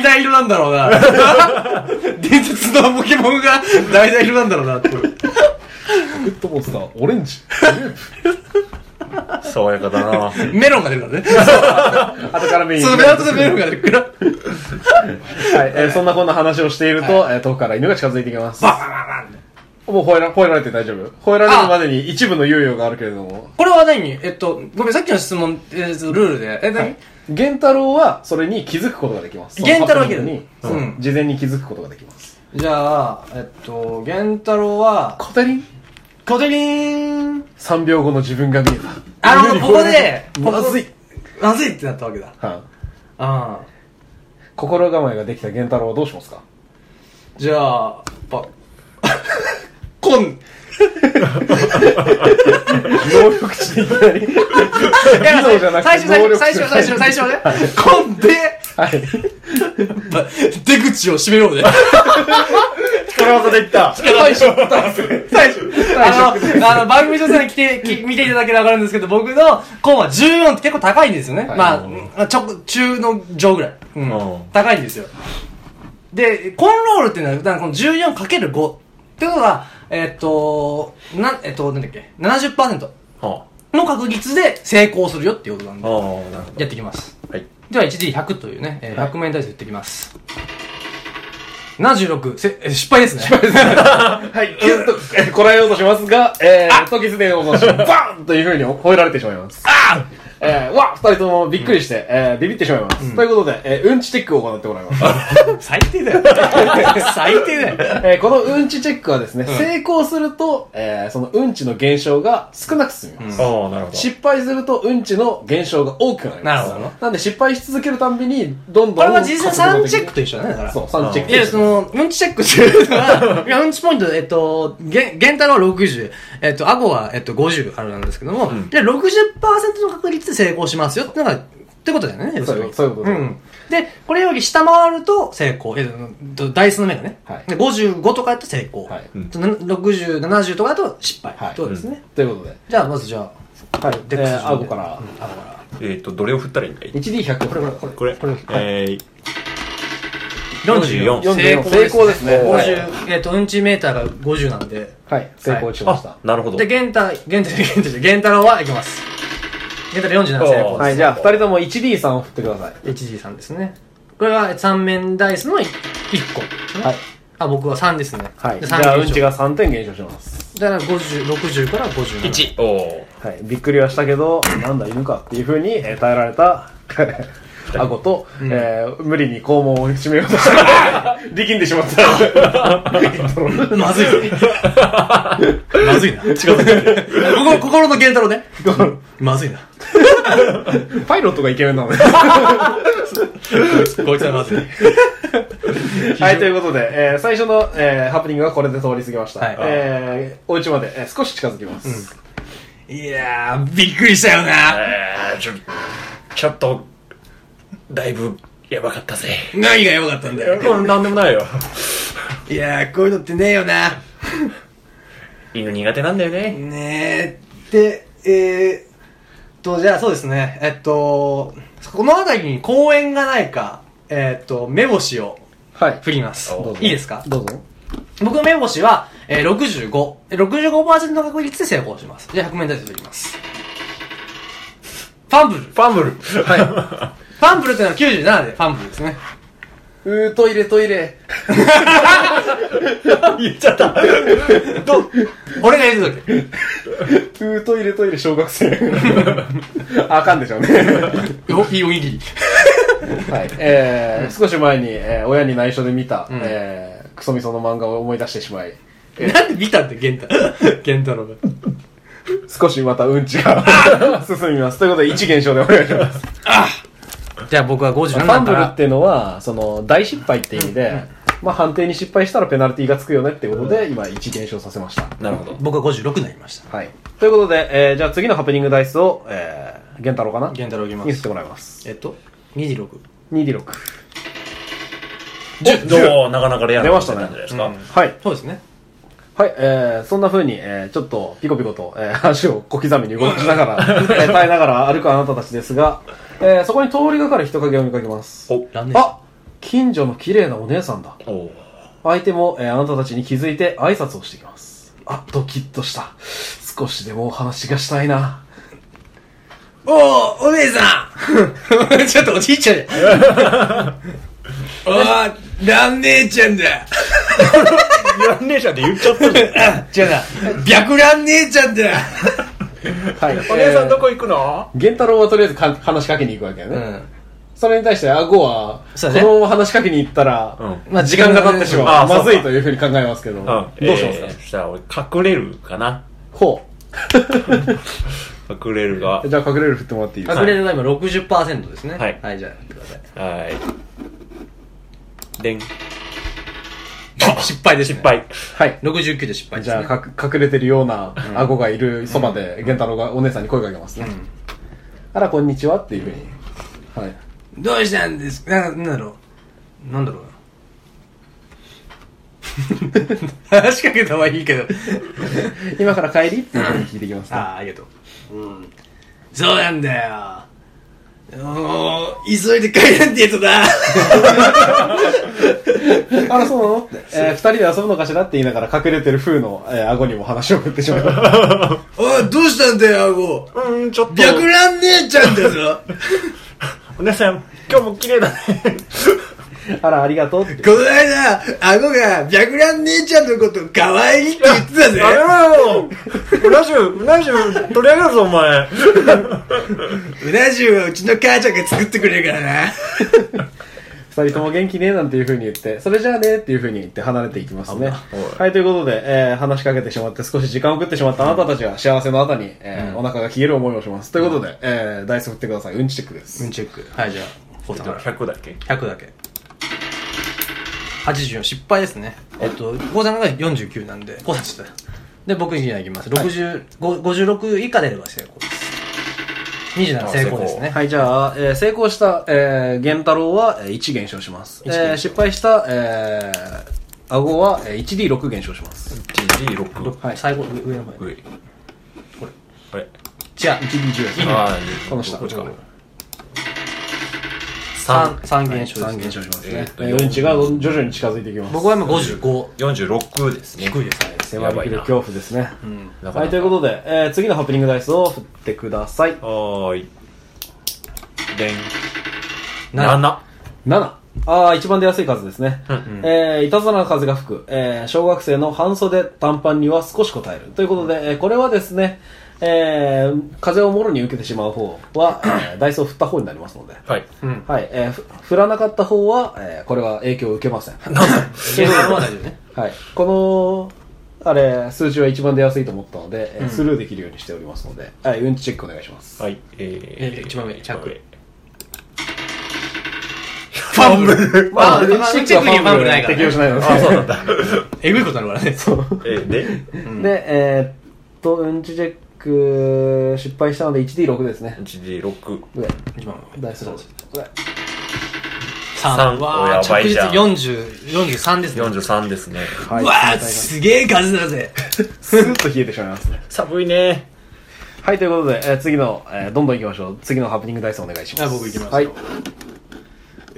Speaker 1: 橙色なんだろうな。伝説のポケモンが橙色なんだろうなって。ポケットモンスター、オレンジ。
Speaker 3: 爽やかだ
Speaker 2: [LAUGHS]
Speaker 3: な
Speaker 1: メロンが出るからね。
Speaker 3: 後からメイン
Speaker 1: そのメロンとメロンが出るから。
Speaker 3: はい、えーそんなこんな話をしていると、えー遠くから犬が近づいてきます。もう吠えら吠えられて大丈夫吠えられるまでに一部の猶予があるけれども。
Speaker 1: これは何えっと、ごめん、さっきの質問、えールールで。え、何、
Speaker 3: 源太郎はそれに気づくことができます。
Speaker 1: 源太郎だけだ
Speaker 3: そのハプニングに、
Speaker 1: う
Speaker 3: 事前に気づくことができます。
Speaker 1: じゃあ、えっと、源太郎は、
Speaker 3: 小谷
Speaker 1: コテリーン
Speaker 3: 3秒後の自分が見えた。
Speaker 1: あの、ここで、ここ
Speaker 3: まずい。。
Speaker 1: まずいってなったわけだ。
Speaker 3: はい
Speaker 1: ああ。
Speaker 3: 心構えができた源太郎はどうしますか
Speaker 1: じゃあ、やっぱ、 [LAUGHS]
Speaker 3: [LAUGHS]
Speaker 1: コン。
Speaker 3: 能力値でいきな
Speaker 1: [LAUGHS]
Speaker 3: り。
Speaker 1: いや
Speaker 3: そうじゃなくて
Speaker 1: 最初、最初、
Speaker 3: 能力
Speaker 1: 最初、最初、最初ね。コンで、
Speaker 3: はい。
Speaker 1: やっぱ出口を閉めようね。
Speaker 3: 力技でいった。
Speaker 1: 最初、最初。あの、あの、番組上で来て、き見ていただければわかるんですけど、僕のコンは14って結構高いんですよね。
Speaker 3: はい
Speaker 1: まあ、ちょ、中の上ぐらい。うん
Speaker 3: うん
Speaker 1: 高いんですよ。で、コンロールっていうのは、だからこの 14×5 っていうのが、えっと、なん、えっと、なんだっけ、70%
Speaker 3: は
Speaker 1: の確率で成功するよっていうことなん
Speaker 3: あ
Speaker 1: で、
Speaker 3: ああ、なるほど。
Speaker 1: やっていきます。
Speaker 3: はい。
Speaker 1: では 1D100 というね、えー100面ダイス打っていきます。76、せ、えー失敗ですね。 [LAUGHS]
Speaker 3: はい、キュッとえーこらえようとしますが、えー、時すでに落とし、
Speaker 1: [LAUGHS]
Speaker 3: バーンという風に吠えられてしまいます。えー、わ二人ともびっくりして、えー、ビビってしまいます。ということで、えー、うんちチェックを行ってもら
Speaker 1: [LAUGHS]
Speaker 3: います。
Speaker 1: 最低 [LAUGHS] だよ。最低だよ。
Speaker 3: えー、このうんちチェックはですね、成功すると、えー、そのうんちの減少が少なく済みます。
Speaker 4: ああ、なるほど。
Speaker 3: 失敗するとうんちの減少が多くなりま
Speaker 1: な
Speaker 3: す。
Speaker 1: るほど
Speaker 3: なんで失敗し続けるたんびに、どんどん。
Speaker 1: これは実際3チェックと一緒だね、だから。
Speaker 3: そう、3チェック
Speaker 1: いや、その、うんちチェックっていうのは、いや、うんちポイント、えっと、げ、げんたろ60、えっと、顎は、えっと、50あるなんですけども、で、60%の確率で成功しますよってのが、ってことだよね、要するに
Speaker 3: そういうこと
Speaker 1: う
Speaker 3: です
Speaker 1: ん。で、これより下回ると成功。えっと、ダイスの目がね。
Speaker 3: はい
Speaker 1: で、55とかやと成功。
Speaker 3: はい
Speaker 4: うん
Speaker 1: とな60、70とかだと失敗。
Speaker 3: はい
Speaker 1: そうですね。
Speaker 3: ということで、
Speaker 1: じゃあ、まずじゃあ、はい、
Speaker 3: えー、顎から、
Speaker 4: えっと、どれを振ったらいいんだい
Speaker 3: 1D100。これ、これ、
Speaker 4: これ、えー、
Speaker 1: 44。
Speaker 4: 44
Speaker 3: 成功ですね
Speaker 1: 50
Speaker 3: はい
Speaker 1: えっと、うんちメーターが50なんで。
Speaker 3: はい、成功しました。
Speaker 4: あ、なるほど。
Speaker 1: で、玄太、玄太、玄太、玄太郎はいきます。玄太郎47成功
Speaker 3: はい、じゃあ、二人とも 1D3 を振ってください。
Speaker 1: です。1G3 ですね。これは三面ダイスの1個。
Speaker 3: はい。
Speaker 1: あ、僕は3ですね。
Speaker 3: はい。
Speaker 1: で
Speaker 3: じゃあ、
Speaker 1: 3
Speaker 3: うんち
Speaker 1: が。
Speaker 3: が3点減少します。
Speaker 1: だから50、60から57。
Speaker 4: 1。おー
Speaker 3: はい。びっくりはしたけど、なんだ、犬かっていうふうに、えー耐えられ [LAUGHS] た、顎と、えー無理に肛門を閉めようと [LAUGHS] した。力んでしま [LAUGHS] っ
Speaker 1: [LAUGHS]
Speaker 3: た。
Speaker 1: ま
Speaker 3: [LAUGHS]
Speaker 1: ずい。まずいな。違う。心心の玄太郎ね。まずいな。
Speaker 3: パイロットがイケメンなのね。
Speaker 1: こいつはまずい。
Speaker 3: はい、ということで、えー最初の、えーハプニングはこれで通り過ぎました。
Speaker 1: はい
Speaker 3: えーお家まで、えー少し近づきます。
Speaker 1: いやー、びっくりしたよな。
Speaker 4: えー、ちょ、ちょっと、だいぶ、やばかったぜ。
Speaker 1: 何がやばかったんだよ。
Speaker 4: うん、なんでもないよ。
Speaker 1: いやー、こういうのってねえよな。
Speaker 4: 犬苦手なんだよね。
Speaker 1: ねえ、で、えー、と、じゃあそうですね、えっと、この辺りに公園がないか、えっと、目星を
Speaker 3: はい。
Speaker 1: 振ります
Speaker 4: お。
Speaker 1: いいですか
Speaker 3: どうぞ。
Speaker 1: 僕の目星は、えー、65。えー65%の確率で成功します。じゃあ100面台で振ります。ファン [LAUGHS] ブル。フ
Speaker 3: ファンブル。は
Speaker 1: ァンブルってのは97でファンブルですね。
Speaker 3: い。うー、トイレ、トイレ。
Speaker 4: 言っちゃった。
Speaker 1: 俺が言うとき。
Speaker 3: うー、トイレ、トイレ、小学生。 [LAUGHS] あかんでしょうね。
Speaker 1: よ、いいおにぎり。
Speaker 3: はい、えー、少し前に、えー親に内緒で見た、えー、クソみその漫画を思い出してしまい、
Speaker 1: なんで見たんだよ、玄太。玄太郎が。
Speaker 3: 少しまたうんち [LAUGHS] が進みます。ということで、1減少でお願いし [LAUGHS] ます。
Speaker 1: じゃあ僕は57
Speaker 3: フ
Speaker 1: か
Speaker 3: ァンブル
Speaker 1: ら
Speaker 3: っ。ていうのは、その、大失敗って意味で、まあ、判定に失敗したらペナルティがつくよねってことで、今、1減少させました。
Speaker 4: なるほど。
Speaker 1: 僕は56になりました。
Speaker 3: はい。ということで、えー、じゃあ次のハプニングダイスを、えー、玄太郎かな
Speaker 1: 玄太郎いきま
Speaker 3: に振
Speaker 1: す
Speaker 3: って。もらいます。
Speaker 1: えっと、26。
Speaker 3: 2D6。
Speaker 4: 10どうなかなかレアな
Speaker 3: 出ましたね
Speaker 4: なんじゃないですか。
Speaker 3: はい。
Speaker 5: そうですね。
Speaker 3: はい、えー、そんな風に、えー、ちょっとピコピコと、えー、足を小刻みに動かしながら、えー、耐えながら歩くあなたたちですが、えー、そこに通りがかる人影を見かけます。
Speaker 4: お
Speaker 5: ラーメン。
Speaker 3: あ近所の綺麗なお姉さんだ。
Speaker 4: お
Speaker 3: 相手も、えー、あなたたちに気づいて挨拶をしてきます。あ、ドキッとした。少しでもお話がしたいな。
Speaker 1: おおお姉さん [LAUGHS] ちょっとおじいちゃんじゃん [LAUGHS] あーラン姉ちゃんだ
Speaker 4: ランネーシャって言っちゃったじゃ
Speaker 1: [LAUGHS] 違
Speaker 4: ん。
Speaker 1: うな白蘭姉ちゃんだ
Speaker 3: はい。
Speaker 4: お姉さんどこ行くの
Speaker 3: 源太郎はとりあえずか話しかけに行くわけだね。
Speaker 1: うん
Speaker 3: それに対して、アゴは、
Speaker 1: そ
Speaker 3: こ
Speaker 1: うだね
Speaker 3: のまま話しかけに行ったら、
Speaker 4: う
Speaker 1: まあ
Speaker 3: 時間が経ってし
Speaker 4: うんあ
Speaker 3: ま
Speaker 4: あ
Speaker 3: う。まず
Speaker 4: そう
Speaker 3: い
Speaker 4: か
Speaker 3: というふうに考えますけど、どうしますか
Speaker 4: えーそしたら俺隠れるかな。
Speaker 3: ほ
Speaker 4: 隠れるが
Speaker 3: う。。じゃあ隠れる振ってもらっていいです
Speaker 4: はい
Speaker 3: か
Speaker 1: あグレードが今60%ですね
Speaker 4: はい
Speaker 1: はいじゃあやってください
Speaker 4: はい。 [LAUGHS] でん。
Speaker 1: 失敗です
Speaker 4: 失敗。
Speaker 3: はい。
Speaker 1: 69で失敗で
Speaker 3: じ
Speaker 1: す
Speaker 3: ゃあ
Speaker 1: ね
Speaker 3: かく、隠れてるようなアゴがいるそばで、源太郎がお姉さんに声かけますね。あら、こんにちはっていうふうに。はい。
Speaker 1: どうしたんですかななんだろうなんだろうな話しかけたはいいけど
Speaker 3: 今から帰りっていうふうに聞いてきますね。
Speaker 1: ああありがとううんそうなんだよおー急いで帰らんってやつだ
Speaker 3: あ [LAUGHS] ら、そうなのって。えー二人で遊ぶのかしらって言いながら隠れてる風の、えー、顎にも話を振ってしまう。
Speaker 1: [LAUGHS] おいどうしたんだよ顎
Speaker 4: うん、ちょっと。
Speaker 1: 白蘭姉ちゃんだ [LAUGHS] ぞ
Speaker 4: お姉さん、今日も綺麗だね。
Speaker 3: [LAUGHS] あら、ありがとうって。
Speaker 1: この間顎が白蘭姉ちゃんのこと可愛いって言って [LAUGHS] たぜ
Speaker 4: やめろよラジオ、ラジオ取り上げるぞ、お前。
Speaker 1: うな重はうちの母ちゃんが作ってくれる [LAUGHS] からな
Speaker 3: 二人とも元気ねえなんていうふうに言って、それじゃあねっていうふうに言って離れていきますね。
Speaker 4: い
Speaker 3: はい、ということで、えー話しかけてしまって少し時間を食ってしまったあなたたちは幸せの後に、えーお腹が消える思いをします。ということで、えーダイス振ってください。うんちチェックです。
Speaker 1: チェックはいじゃあコウさんから
Speaker 4: 100だっけ
Speaker 1: 100だけ84失敗ですねえっとコウさんが49なんでコウさんちょっとで僕にはいきます60 56以下出れば成功です27成功ですね
Speaker 3: はい、じゃあ、えー成功した、えー、源太郎はえー1減少します。えー失敗した、えー、顎はえー 1D6 減少します。
Speaker 4: ?1D6。
Speaker 3: はい
Speaker 1: 最後上上の方に
Speaker 4: 上。これ。あれ。
Speaker 1: 違う
Speaker 3: 1D10 ですね。
Speaker 4: ああ、
Speaker 3: この下
Speaker 4: こっちか。3。
Speaker 1: 3減少
Speaker 3: 3
Speaker 1: です
Speaker 3: 減少
Speaker 1: ね
Speaker 3: します
Speaker 4: え
Speaker 3: ね
Speaker 4: ーっ。と
Speaker 3: えーうんちが徐々に近づいていきます。
Speaker 1: 僕は今55
Speaker 4: 46ですね。低いですね。
Speaker 3: 迫り来る
Speaker 4: な。
Speaker 3: 恐怖ですね。
Speaker 4: なか
Speaker 3: は、
Speaker 4: ないか
Speaker 3: ということで、えー次のハプニングダイスを振ってください。
Speaker 4: はーい。でん。
Speaker 1: な
Speaker 4: 7。
Speaker 3: 7。ああ、一番出やすい数ですね。えー、いたずらな風が吹く、えー、小学生の半袖短パンには少し答える。ということで、えーこれはですね、えー、風をもろに受けてしまう方は、えーダイスを振った方になりますので。
Speaker 4: はい。
Speaker 3: はい、えーふ振らなかった方は、えーこれは影響を受けません。
Speaker 1: 減少は大丈夫ね
Speaker 3: [LAUGHS] はい。この、あれ、数字は一番出やすいと思ったので、えースルーできるようにしておりますので、はい、うんちチェックお願いします。
Speaker 4: はい。え
Speaker 1: えー一番上100。
Speaker 4: ファンブル
Speaker 1: まあ
Speaker 3: うん
Speaker 1: うんちチェックにはファンブルないからね
Speaker 3: 適用しないので。
Speaker 4: あ、そうなんだ。 [LAUGHS]
Speaker 1: えぐいことになるからね
Speaker 4: えー、で、
Speaker 3: で、えーっと、うんちチェック、失敗したので 1D6 ですね。
Speaker 4: 1D6。
Speaker 3: 上、
Speaker 1: 一番
Speaker 3: ダイスロール上。
Speaker 1: 3わあ
Speaker 4: おやば
Speaker 1: 着
Speaker 4: いじ
Speaker 1: 実
Speaker 4: ゃん
Speaker 1: 4043ですねわ
Speaker 4: 43ですね。
Speaker 3: はい。
Speaker 1: あすげえ数だぜ
Speaker 3: スーッと冷えてしまいますね。
Speaker 4: 寒いね。
Speaker 3: はい、ということで、えー次の、えーどんどん行きましょう。次のハプニングダイスお願いします。
Speaker 1: はい僕行きますよ
Speaker 3: はい。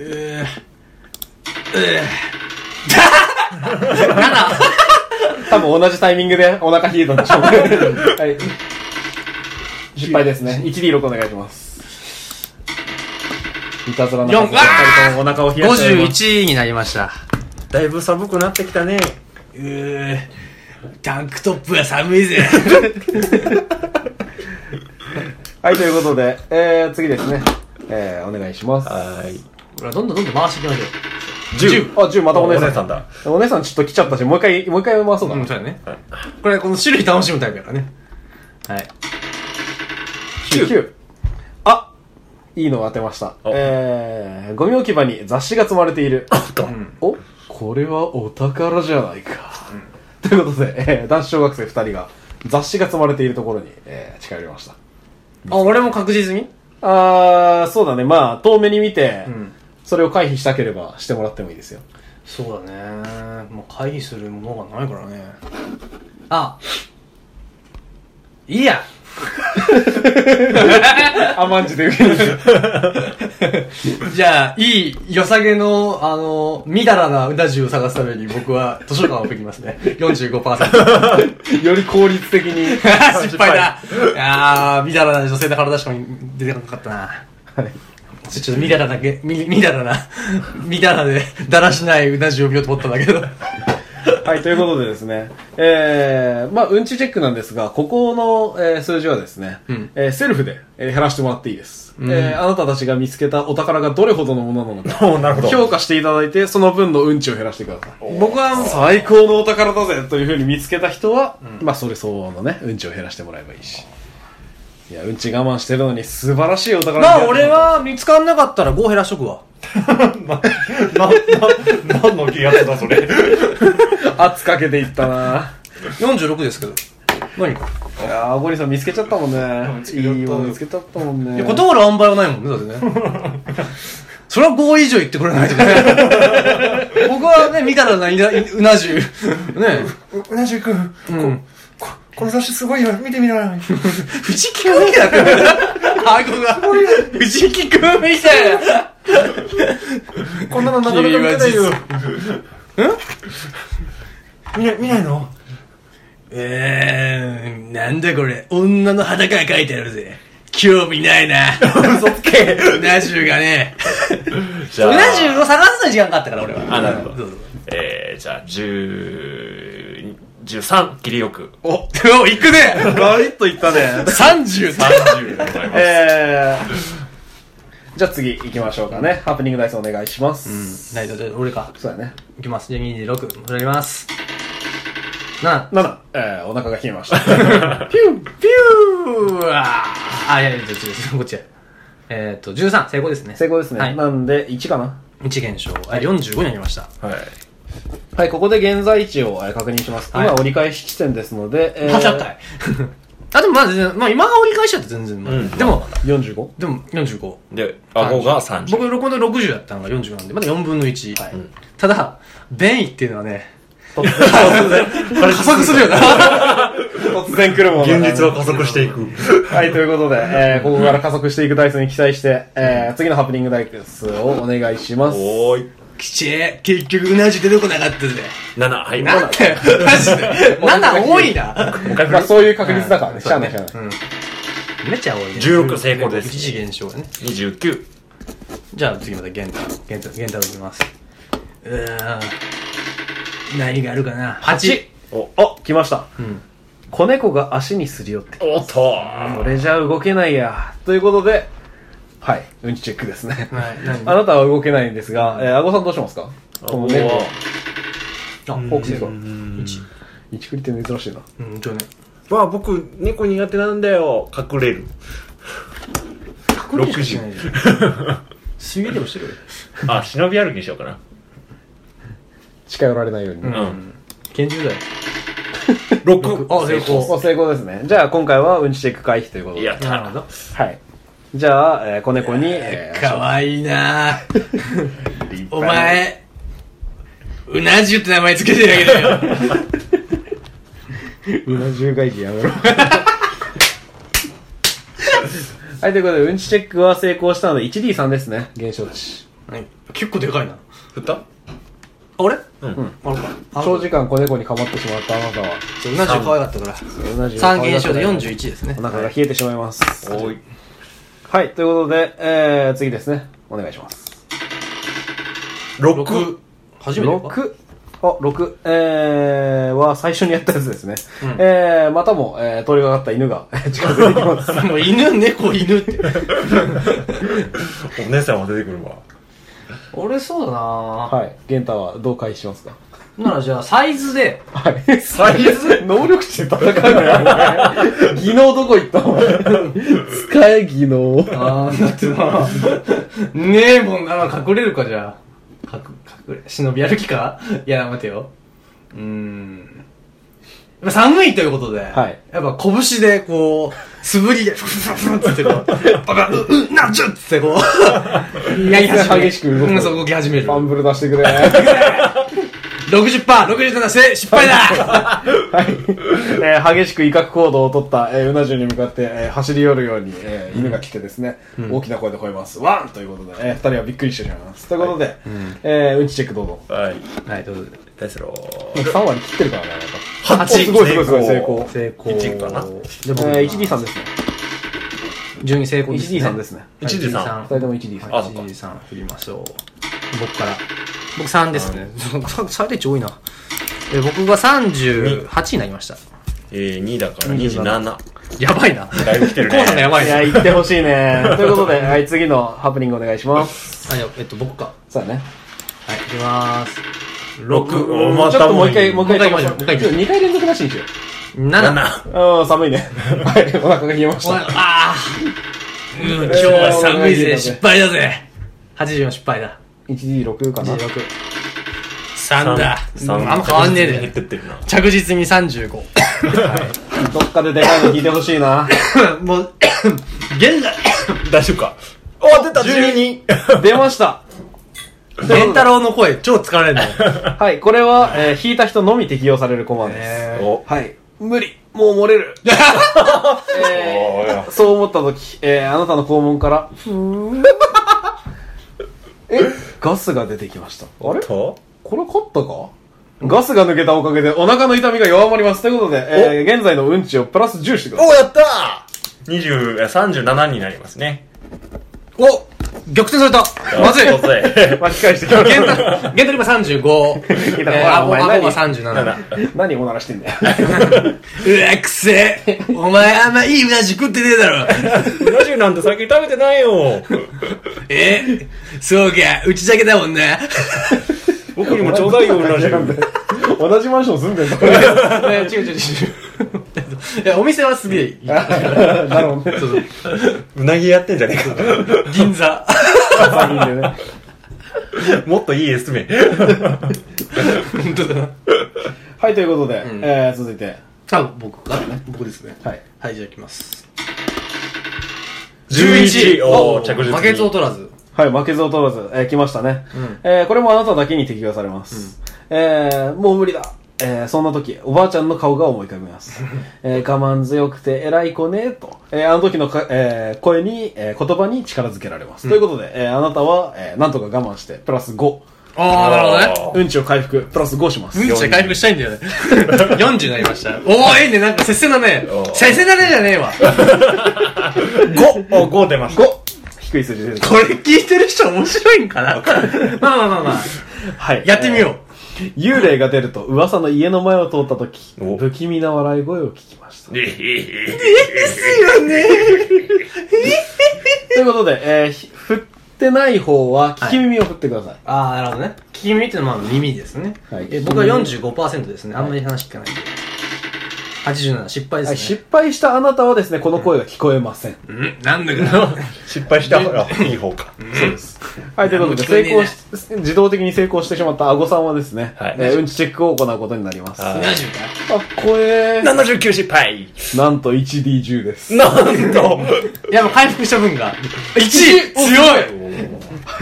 Speaker 1: え
Speaker 3: [LAUGHS] 多分同じタイミングでお腹冷えたんで
Speaker 4: [LAUGHS]
Speaker 3: しょうね。はい。失敗ですね。1D6 お願いします。いたずらな
Speaker 1: 四
Speaker 3: 数が二人ともお腹を冷
Speaker 1: ー、
Speaker 3: やしております。
Speaker 1: 51になりました
Speaker 4: だいぶ寒くなってきたね。
Speaker 1: うータンクトップは寒いぜ
Speaker 3: はい、ということで、えー、次ですね。えー、お願いします。あ、
Speaker 4: はい。
Speaker 1: ほらどんどんどんどん回していきましょ
Speaker 4: 10。
Speaker 3: 10またお姉さん。
Speaker 4: さんだ。
Speaker 3: お姉さんちょっと来ちゃったし、もう一回、もう一回回そうだ
Speaker 1: うう
Speaker 3: な。
Speaker 1: んそうだねこれこの種類楽しむタイプやからねはい
Speaker 3: 9。9あいいのを当てました。
Speaker 4: お
Speaker 3: えー、ゴミ置き場に雑誌が積まれている。
Speaker 4: と
Speaker 3: おこれはお宝じゃないか。ということで、えー男子小学生2人が雑誌が積まれているところに、えー近寄りました。
Speaker 1: あ俺も確実に
Speaker 3: あー、そうだね。まあ、遠目に見て、
Speaker 1: ん
Speaker 3: それを回避したければしてもらってもいいですよ。そうだねもう会議するものがないからね
Speaker 1: あ
Speaker 3: いいや
Speaker 1: 甘んじて受けるじゃあ、いい、良さげの、あの、みだらなうな重を探すために僕は図書館を送りますね。45%。
Speaker 3: より効率的に
Speaker 1: [LAUGHS] 失敗だ。あー、みだらな女性の体しか出てこなかったな。ちょちょっとみだらだけ、み、みだらな、 [LAUGHS] みだらで、だらしないうな重を見ようと思ったんだけど。
Speaker 3: はい、ということでですね、えー、まあ、うんちチェックなんですが、ここの、えー数字はですね、
Speaker 1: うん
Speaker 3: えーセルフで、えー減らしてもらっていいです、
Speaker 1: うん
Speaker 3: えーあなたたちが見つけたお宝がどれほどのものなの
Speaker 1: [LAUGHS]
Speaker 3: か、
Speaker 4: おーなるほど。
Speaker 3: 評価していただいて、その分のうんちを減らしてください。
Speaker 1: 僕は、
Speaker 3: 最高のお宝だぜというふうに見つけた人は、まあ、それ相応のね、うんちを減らしてもらえばいいし。いや、うんち我慢してるのに素晴らしいお宝
Speaker 1: まあ
Speaker 3: に出会えたなと
Speaker 1: 俺、は見つかんなかったら5減らしとくわ。
Speaker 4: な、な、何の気圧だ、それ。
Speaker 3: 圧かけていったな
Speaker 1: 46ですけど。何か。
Speaker 3: いやー、ゴリさん見つけちゃったもんね
Speaker 4: 見。つ
Speaker 3: い
Speaker 4: けちゃった
Speaker 3: いもの見つけちゃったもんね。
Speaker 1: いや、断る塩梅はないもんね、だってね。 [LAUGHS] それは5以上言ってくれないとね。 [LAUGHS] 僕はね、見たらな、いなうな重。ね。
Speaker 4: うなじゅうくん、
Speaker 1: うん。
Speaker 4: ここの雑誌すごいよ、見てみろよ。
Speaker 1: 藤木君みたいな。あ、こが。藤木君みたいな。
Speaker 4: こんなのなかなか見れないよ。ん見ない、見ないの
Speaker 1: えー、なんだこれ。女の裸が書いてあるぜ。興味ないな。嘘つけ。うな重がね。
Speaker 4: じ
Speaker 1: うな重を探すのに時間かかったから、俺は。
Speaker 4: あなるほど
Speaker 1: どうぞ。
Speaker 4: えー、じゃあ、十、十三、切りよく。
Speaker 1: お、お、行くね
Speaker 3: ガリッといったね。
Speaker 1: !30!
Speaker 4: 三十でございます。
Speaker 3: えー、じゃあ次行きましょうかね。ハプニングダイスお願いします。
Speaker 1: ないだ、じゃあ俺か。
Speaker 3: そうだね。
Speaker 1: いきます。じゃあ26、振ります。7、
Speaker 3: 7、えー、お腹が冷えました。
Speaker 1: ピューピューあーあ、いやいや、ちょちょちょこっちや。えっ、ー、と、13、成功ですね。
Speaker 3: 成功ですね。
Speaker 1: はい
Speaker 3: なんで、1かな。
Speaker 1: 1減少。あ、45になりました。
Speaker 4: はい。
Speaker 3: はい、ここで現在地を、えー確認します。
Speaker 1: はい
Speaker 3: 今折り返し地点ですので、えー、
Speaker 1: パシャッかい。 [LAUGHS] あ、でもまあ全然、まあ今が折り返しちゃって全然、
Speaker 4: ん
Speaker 1: でも、
Speaker 3: 45?
Speaker 1: でも45。
Speaker 4: で、顎が三十。
Speaker 1: 僕、録音で60だったのが40なんで、まだ4分の1。うんただ、便意っていうのはね、加速するよな。
Speaker 3: 突然来るものだな。
Speaker 4: は加速していく。
Speaker 3: はい、ということで、えー、ここから加速していくダイスに期待して、えー、次のハプニングダイスをお願いします。
Speaker 4: おーい。
Speaker 1: きちえ、結局うなじ出てこなかったぜ。
Speaker 4: 七、はい。
Speaker 1: なんだよ、マジで。なんだ、多いな。
Speaker 4: [LAUGHS]
Speaker 3: まあ、そういう確率だからね。
Speaker 1: うん
Speaker 3: しゃあないしゃあない。
Speaker 1: めっちゃ多いね。
Speaker 4: 16成功です
Speaker 1: 一次減少ね。
Speaker 4: 二十九。
Speaker 1: じゃあ次また玄太、玄太、玄太をいきます。うーん。何があるかな。8!
Speaker 3: お、お、来ました。
Speaker 1: ん
Speaker 3: 子猫が足にすり寄って、
Speaker 4: おっと
Speaker 3: これじゃ動けないや。ということで、はい、うんちチェックですね。
Speaker 1: はい、
Speaker 3: あ
Speaker 1: 何
Speaker 3: なたは動けないんですが、えー、あごさんどうしますかこの猫。
Speaker 4: おー
Speaker 3: あ、フォークセイコ
Speaker 4: う
Speaker 3: ー。
Speaker 4: ん
Speaker 3: 一クリって珍しいな。
Speaker 1: うん、ちょね。
Speaker 4: まあ僕、猫苦手なんだよ。隠れる。
Speaker 1: 隠れしかしてないじゃん水泳でもしてるよ。
Speaker 4: あ、忍び歩きにしようかな。
Speaker 3: 近寄られないように。
Speaker 1: ん
Speaker 4: うん。
Speaker 1: 拳銃だよ。
Speaker 4: 六。
Speaker 1: あ、成
Speaker 3: もう
Speaker 1: 功。
Speaker 3: 成功ですね。じゃあ今回はうんちチェック回避ということで。
Speaker 4: やっ
Speaker 1: なる
Speaker 4: た
Speaker 1: ほ。ど。
Speaker 3: はい。じゃあ、えー、子猫に、えー
Speaker 1: かわいいなぁ
Speaker 3: 立派
Speaker 1: お
Speaker 3: な
Speaker 1: 前、うなじゅって名前つけてるだけだよ。
Speaker 3: うな重外人やめろ。 [LAUGHS] はい、ということで、うんちチェックは成功したので 1D3 ですね。減少だし。
Speaker 1: はい結構でかいな。
Speaker 4: 振った
Speaker 1: あれ
Speaker 4: うん。
Speaker 1: あれか。あ
Speaker 3: 長時間子猫にかまってしまったあなたは、
Speaker 1: そううなじゅ可愛かったから。
Speaker 3: うな重を
Speaker 1: 3
Speaker 3: 買い出
Speaker 1: 減
Speaker 3: せ
Speaker 1: 少
Speaker 3: ない
Speaker 1: で41ですね
Speaker 3: お。腹が冷えてしまいます。
Speaker 4: おい。
Speaker 3: はい、ということで、えー、次ですね。お願いします。
Speaker 4: 六
Speaker 1: 6。。初めてか
Speaker 3: 6。あ、6、えー、は最初にやったやつですね。
Speaker 1: うん
Speaker 3: えー、またも、えー、通りがかった犬が近づいてきます。 [LAUGHS]
Speaker 1: もう犬、猫、犬って。
Speaker 4: お姉さんは出てくるわ。
Speaker 1: 俺そうだなぁ。
Speaker 3: はい、ゲンタはどう回避しますか
Speaker 1: ならじゃあ、サイズで、
Speaker 3: はい。サイズ [LAUGHS] 能力値で戦うのや、お前技能どこ行ったお前。使え、技能。
Speaker 1: あー、だってなねえもんな隠れるかじゃあ。隠、隠れ、忍び歩きかいや、待てよ。うーん。やっぱ寒いということで、
Speaker 3: はい
Speaker 1: やっぱ拳でこう、素振りで、ふふふふつってこう、ババ、う、う、なんちゅっつってこう、やり始める。
Speaker 3: 激しく動く
Speaker 1: うん、そう動き始める。
Speaker 3: ファンブル出してくれ。
Speaker 1: 60%、67%して、失敗だ
Speaker 3: えー激しく威嚇行動を取った、えーうな重に向かって、えー走り寄るように、えー犬が来てですね、大きな声で吠えます。ワンということで、えー二人はびっくりしてしまいます。ということで、えーうんちチェックどうぞ。
Speaker 4: はい。
Speaker 1: はい、ということで、
Speaker 4: 大スロー。
Speaker 3: 3割切ってるからね、
Speaker 1: 8、
Speaker 3: おすごいすごいすごい成功。
Speaker 1: 成功。
Speaker 4: 1かな
Speaker 1: で、僕、
Speaker 3: えー、1D さんですね。
Speaker 1: 順位成功です、ね。
Speaker 3: 1D さんですね。
Speaker 4: 1で
Speaker 3: 二
Speaker 4: 3。
Speaker 3: 人とも 1D さん。
Speaker 4: あそっか
Speaker 1: 1、3、振りましょう。僕から。僕3ですね。 [LAUGHS] 最低値多いな。え僕が38になりました。
Speaker 4: えー、2だから27。
Speaker 1: やばいな。
Speaker 4: だいぶ来てるね。
Speaker 1: こうなのやばい
Speaker 3: い
Speaker 1: な。
Speaker 3: や、
Speaker 1: はい、
Speaker 3: 行ってほしいね。ということで、はい、次のハプニングお願いします。
Speaker 1: えっと、僕か。
Speaker 3: そうだね。
Speaker 1: はい、いきまーす。
Speaker 4: 6、おま
Speaker 3: ちょったともう一回、もう一回
Speaker 1: もう一回もう一回
Speaker 3: 2回連続なしにしよう。
Speaker 1: 7。
Speaker 4: 7。
Speaker 3: うん、寒いね。はい、お腹が冷えまし
Speaker 1: おい
Speaker 3: た。
Speaker 1: あーうん、今日は寒いぜ。失敗だぜ。84失敗だ。
Speaker 3: 1D6 かな。
Speaker 1: 16。3だ。
Speaker 4: 3。
Speaker 1: あんま変わんねえ
Speaker 4: 減っ
Speaker 1: で。
Speaker 4: てってるな。
Speaker 1: 着実に35。
Speaker 3: どっかででかいの聞いてほしいな。
Speaker 1: [COUGHS] も [COUGHS] う、現在、
Speaker 4: 大丈夫か。 [LAUGHS] お出た !12!
Speaker 3: !12! [LAUGHS] 出ました
Speaker 1: レンタロウの声超疲れるの。
Speaker 3: はい、これは、えー引いた人のみ適用されるコマです。
Speaker 1: え
Speaker 4: お、
Speaker 3: はい。無理もう漏
Speaker 4: [LAUGHS]
Speaker 3: れるえ
Speaker 4: おや
Speaker 3: ーそう思った時、えーあなたの肛門から、ふーんえ、ガスが出てきました。あれ
Speaker 4: と
Speaker 3: これ勝ったかガスが抜けたおかげでお腹の痛みが弱まります。ということで、えー現在のうんちをプラス10してください。
Speaker 4: お、やったー !20、え37になりますね。
Speaker 1: ーお逆転されたま
Speaker 4: [LAUGHS]
Speaker 1: ずい
Speaker 4: まずい。
Speaker 3: 巻き返してきま
Speaker 1: ゲン
Speaker 3: し
Speaker 1: タ、ゲンタ今35。え
Speaker 3: た
Speaker 1: ー、ア
Speaker 3: ほ
Speaker 1: ボ
Speaker 3: ら
Speaker 1: ア
Speaker 3: お前
Speaker 1: ボが
Speaker 4: 7
Speaker 1: 37。。
Speaker 3: た。何おならしてんだよ。
Speaker 1: うわ、くせえ。お前あんまいいうなじ食ってねえだろ。
Speaker 4: うな重なんて先食べてないよ。
Speaker 1: えそうか、うちだけだもんな。
Speaker 4: [LAUGHS] 僕にもちょうだいよ、うな重。
Speaker 3: [LAUGHS] 同じマンション住んでんの
Speaker 1: 違う違う違う。 [LAUGHS] いや、お店はすげえいい。
Speaker 3: なるほどね。
Speaker 1: そうそう
Speaker 4: うなぎやってんじゃねえ
Speaker 1: 銀座。
Speaker 3: 3人でね。
Speaker 4: か。 [LAUGHS] もっといいエスメ。
Speaker 1: 本当だ。
Speaker 3: はい、ということで、えー、続いて。
Speaker 1: 多分僕か。僕ですね。
Speaker 3: はい。
Speaker 1: はい、じゃあ行きます。
Speaker 4: 11! おー、着実に。
Speaker 1: バケツを取らず。
Speaker 3: はい、負けず劣らず、えー、来ましたね。えー、これもあなただけに適用されます。えー、もう無理だ。えー、そんな時、おばあちゃんの顔が思い浮かび
Speaker 1: [LAUGHS]
Speaker 3: ます。えー、我慢強くて偉い子ね、と。えー、あの時のか、えー、声に、えー、言葉に力づけられます。ということで、えー、あなたは、えー、なんとか我慢して、プラス5。
Speaker 1: ああ、なるほどね。
Speaker 4: あー
Speaker 3: うんちを回復、プラス5します。
Speaker 1: うんちは回復したいんだよね。40になりました。おー、いいね、なんか接戦だね
Speaker 4: お。ー
Speaker 1: 接戦だねじゃねえわ。
Speaker 4: 5! お、5出ました。
Speaker 3: 低い数字
Speaker 1: [LAUGHS]
Speaker 3: 出てく
Speaker 1: これ聞いてる人面白いんかなまあまあまあまあ。
Speaker 3: る。はい。
Speaker 1: やってみよ
Speaker 3: 幽霊が出ると噂の家の前を通った時
Speaker 4: お
Speaker 3: 不気味な笑い声を聞きましたということで、えー、ひ振ってない方は聞き耳を振ってください、
Speaker 1: う。ああ、なるほどね。聞き耳ってのはまあ耳ですね。
Speaker 3: はい
Speaker 1: え僕は45%ですね。あんまり話聞かないんで。87、失敗
Speaker 3: はい、
Speaker 1: ですね。
Speaker 3: 失敗したあなたはですねこの声が聞こえません、
Speaker 1: うん、なんだか
Speaker 4: 失敗した方がいい方か。
Speaker 3: そうですはいということで
Speaker 1: 聞こえ
Speaker 3: 成
Speaker 1: ねえな
Speaker 3: 功し自動的に成功してしまったあごさんはですね、
Speaker 4: はい
Speaker 3: えーうんちチェックを行うことになります
Speaker 1: な。
Speaker 4: は
Speaker 3: あ
Speaker 4: い
Speaker 1: 70か。
Speaker 3: 声
Speaker 4: 79失敗
Speaker 3: なんと 1D10 です
Speaker 4: なんと
Speaker 1: いや、もう回復した分が。1位強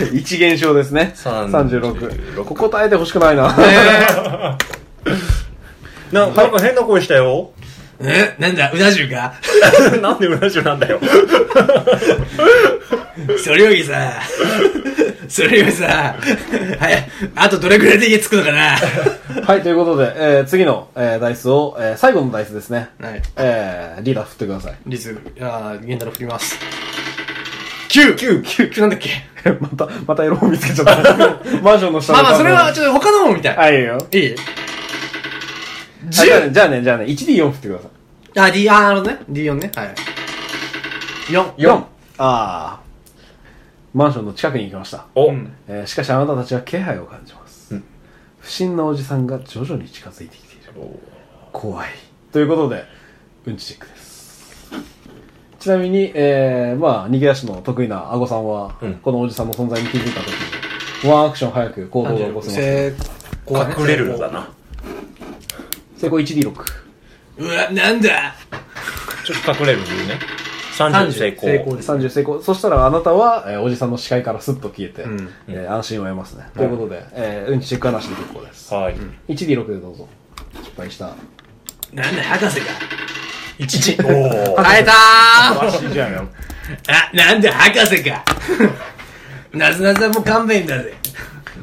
Speaker 1: い
Speaker 3: 1減少ですね
Speaker 4: 36
Speaker 3: 36ここ答えてほしくないな
Speaker 4: ななんか変な声したよ。 [LAUGHS]
Speaker 1: えなんだ、うな重か
Speaker 4: なんでうな重なんだよ。
Speaker 1: それよりさ、それよりさ、はい、あとどれくらいで家着くのかな
Speaker 3: [LAUGHS] はい、ということで、えー、次の、えー、ダイスを、えー、最後のダイスですね。
Speaker 1: はい。
Speaker 3: えー、リーダー振ってください。 [LAUGHS]
Speaker 1: リズ、あー、ゲンダル振ります。9 9 9 9なんだっけ
Speaker 3: また、またエロを見つけちゃった。マンションの
Speaker 1: [LAUGHS]
Speaker 3: 下
Speaker 1: ま
Speaker 3: の
Speaker 1: あまあ、
Speaker 3: 看板
Speaker 1: それは、ちょっと他のも見たい。
Speaker 3: はい、いいよ。はい
Speaker 1: いい
Speaker 3: じゃあ
Speaker 1: ?10!
Speaker 3: ね、じゃあね、じゃあね、1D4 振ってください。
Speaker 1: あ、D、あー、なるほどね。D4 ね。はい。4。
Speaker 3: 4! あー。マンションの近くに行きました。
Speaker 4: お、
Speaker 3: えー、しかしあなたたちは気配を感じます。不審なおじさんが徐々に近づいてきている。怖い。ということで、うんちチェックです。ちなみに、えー、まあ、逃げ出しの得意なアゴさんは、
Speaker 4: うん
Speaker 3: このおじさんの存在に気づいた時に、ワンアクション早く行動が起こせます。
Speaker 1: 成功ね
Speaker 4: 隠れるんだ。な。
Speaker 3: 成功 1D6。
Speaker 1: うわ、なんだ
Speaker 4: ちょっと隠れる理由ね。30成功。
Speaker 1: 成功です。
Speaker 3: 30成功。そしたらあなたは、えーおじさんの視界からスッと消えて、
Speaker 1: うん
Speaker 3: えー安心を得ますね。ということで、えーうんちチェックはなしで結構です。
Speaker 4: はい。
Speaker 3: 1D6 でどうぞ。失敗した。
Speaker 4: なんだ、博士が。1、1。お
Speaker 1: [LAUGHS]
Speaker 4: ー。[LAUGHS]
Speaker 1: 会えた
Speaker 4: マシじゃんよ。
Speaker 1: あ、なんで博士か [LAUGHS] なずなずはもう勘弁だぜ。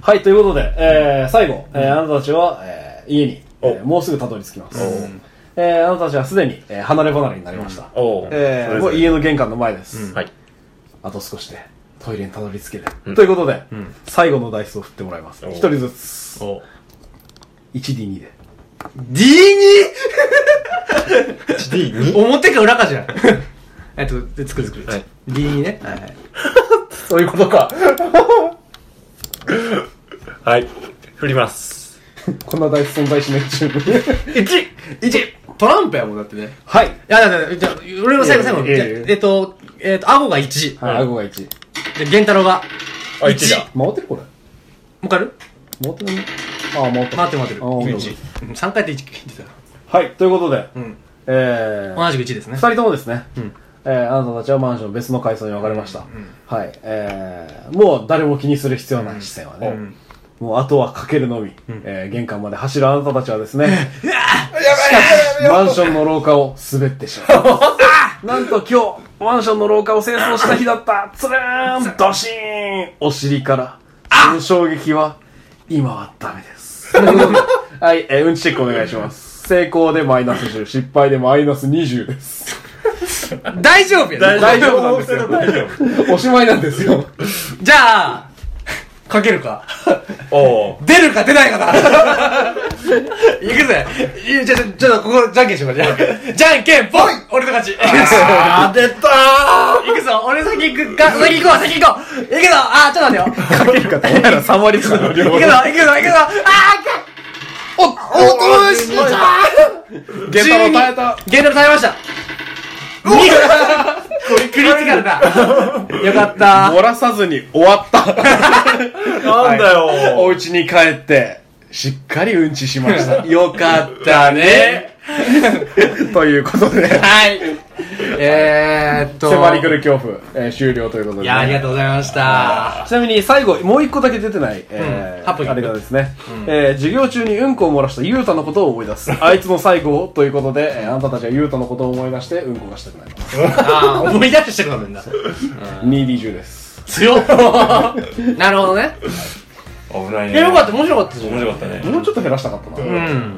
Speaker 3: はい、ということで、えー最後、えーあなたたちは、えー家に、えーもうすぐたどり着きます。えーあなたたちはすでに、えー離れ離れになりました。
Speaker 4: おー。
Speaker 3: えーもう家の玄関の前です。
Speaker 4: はい。
Speaker 3: あと少しで、トイレにたどり着ける。ということで、最後のダイスを振ってもらいます。
Speaker 4: お
Speaker 3: 一人ずつ、
Speaker 4: お
Speaker 3: 1D2 で。
Speaker 1: D2!
Speaker 4: D2?
Speaker 1: 表か裏かじゃ [LAUGHS] ん。えっと、で、つくづく。
Speaker 4: はい
Speaker 1: D2 ね。はいはい。 [LAUGHS]
Speaker 3: そういうことか。
Speaker 4: はい。振ります。
Speaker 3: こんなダイス存在しないチーム。
Speaker 1: 1! 1! トランプやもんだってね。
Speaker 3: [LAUGHS] はい。
Speaker 1: いや、だって、じゃあ、俺の最後、最後。
Speaker 4: いやい
Speaker 1: じゃ
Speaker 4: や
Speaker 1: あ
Speaker 4: いやいや
Speaker 1: えっと、えっと、顎が1。
Speaker 3: はい、顎が1。
Speaker 1: で、玄太郎が。
Speaker 4: あ、1だ。
Speaker 3: 回ってるこれ。
Speaker 1: もうかる
Speaker 3: 回ってるああ、回ってる。
Speaker 1: 回ってる回ってる。
Speaker 3: あー
Speaker 1: 1。3回って1聞いてた。
Speaker 3: はい、ということで、
Speaker 1: ん
Speaker 3: えー、
Speaker 1: 同じく1ですね
Speaker 3: 二。人ともですね、えーあなたたちはマンション別の階層に分かれました、はい、えー、もう誰も気にする必要ない視線はね、もうあとはかけるのみ、えー玄関まで走るあなたたちはですね、 [LAUGHS] しかしマンションの廊下を滑ってしまう [LAUGHS] なんと今日マンションの廊下を清掃した日だったつるーん [LAUGHS] ドシーンお尻からその衝撃は今はダメです。 [LAUGHS] はい、えーうんちチェックお願いします。成功でマイナス10、失敗でマイナス20です。
Speaker 1: 大丈夫やね
Speaker 3: 大丈夫なんですよ。
Speaker 4: 大丈
Speaker 3: [LAUGHS] おしまいなんで
Speaker 1: [LAUGHS]
Speaker 3: すよ。
Speaker 1: じゃあ、かけるか。
Speaker 4: 夫。おー。
Speaker 1: 出るか出ないかだいくぜいやちょ、ちょ、ちょっとここ、じゃんけんしましょう。じゃんけん、ぽい俺の勝ち
Speaker 4: あー、出た
Speaker 1: いくぞ俺先行くか、先行こう先行こういくぞあー、ちょっと待ってよ。
Speaker 3: かけるかと思ったらサマリスの
Speaker 1: いくぞいくぞいくぞあーかお、お、お、しまった
Speaker 3: ゲタを耐えた。
Speaker 1: ゲーム耐えましたこれクリティカルだよかった
Speaker 3: 漏らさずに終
Speaker 1: [LAUGHS]
Speaker 3: わった。
Speaker 4: ーなんだ
Speaker 3: お
Speaker 4: よ
Speaker 3: 家に帰って、しっかりうんちしま
Speaker 1: [LAUGHS]
Speaker 3: した。よかったね。 [LAUGHS] ということ
Speaker 1: [LAUGHS]
Speaker 3: で、
Speaker 1: はいえーっと
Speaker 3: 迫り来る恐怖、えー終了ということで、
Speaker 1: いや、ありがとうございました。
Speaker 3: ちなみに最後、もう一個だけ出てない、え
Speaker 1: うんハプニ
Speaker 3: ー、
Speaker 1: ング
Speaker 3: あれがですね、えー授業中にうんこを漏らしたゆうたのことを思い出す。あいつの最後をということで、えーあなたたちはゆうたのことを思い出して、うんこがしたくなります。
Speaker 1: ああ、思い出してくるんだ。
Speaker 3: 2D10 です。
Speaker 1: 強っなるほどね。
Speaker 4: 危ない
Speaker 1: い
Speaker 4: ね。
Speaker 1: や、よかった、面白かったじゃん。
Speaker 4: 面白かったね。
Speaker 3: もうちょっと減らしたかったな。
Speaker 1: うん。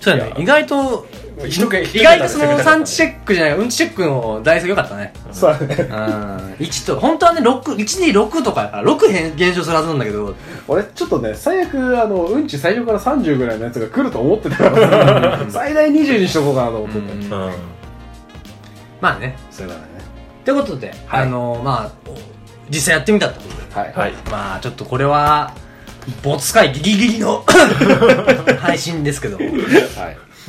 Speaker 1: そうやね。意外と、
Speaker 4: 一桁
Speaker 1: 意外とその産地チェックじゃない、うんちチェックの台数良かったね。
Speaker 3: そうだね。
Speaker 1: うん。1と、本当はね、六一に6とかやから、6変減少するはずなんだけど、
Speaker 3: 俺ちょっとね最悪あのうんち最初から30ぐらいのやつが来ると思ってたから最大20にしとこうかなと思ってて、
Speaker 1: うん
Speaker 4: うん。
Speaker 1: まあね。
Speaker 3: そうだね
Speaker 1: ってことで、あのー、まあ、お実際やってみたってことで。
Speaker 3: はい、
Speaker 4: はい。
Speaker 1: まあちょっとこれは没回ギリギリ
Speaker 4: [LAUGHS]
Speaker 1: の配信ですけど
Speaker 3: はい、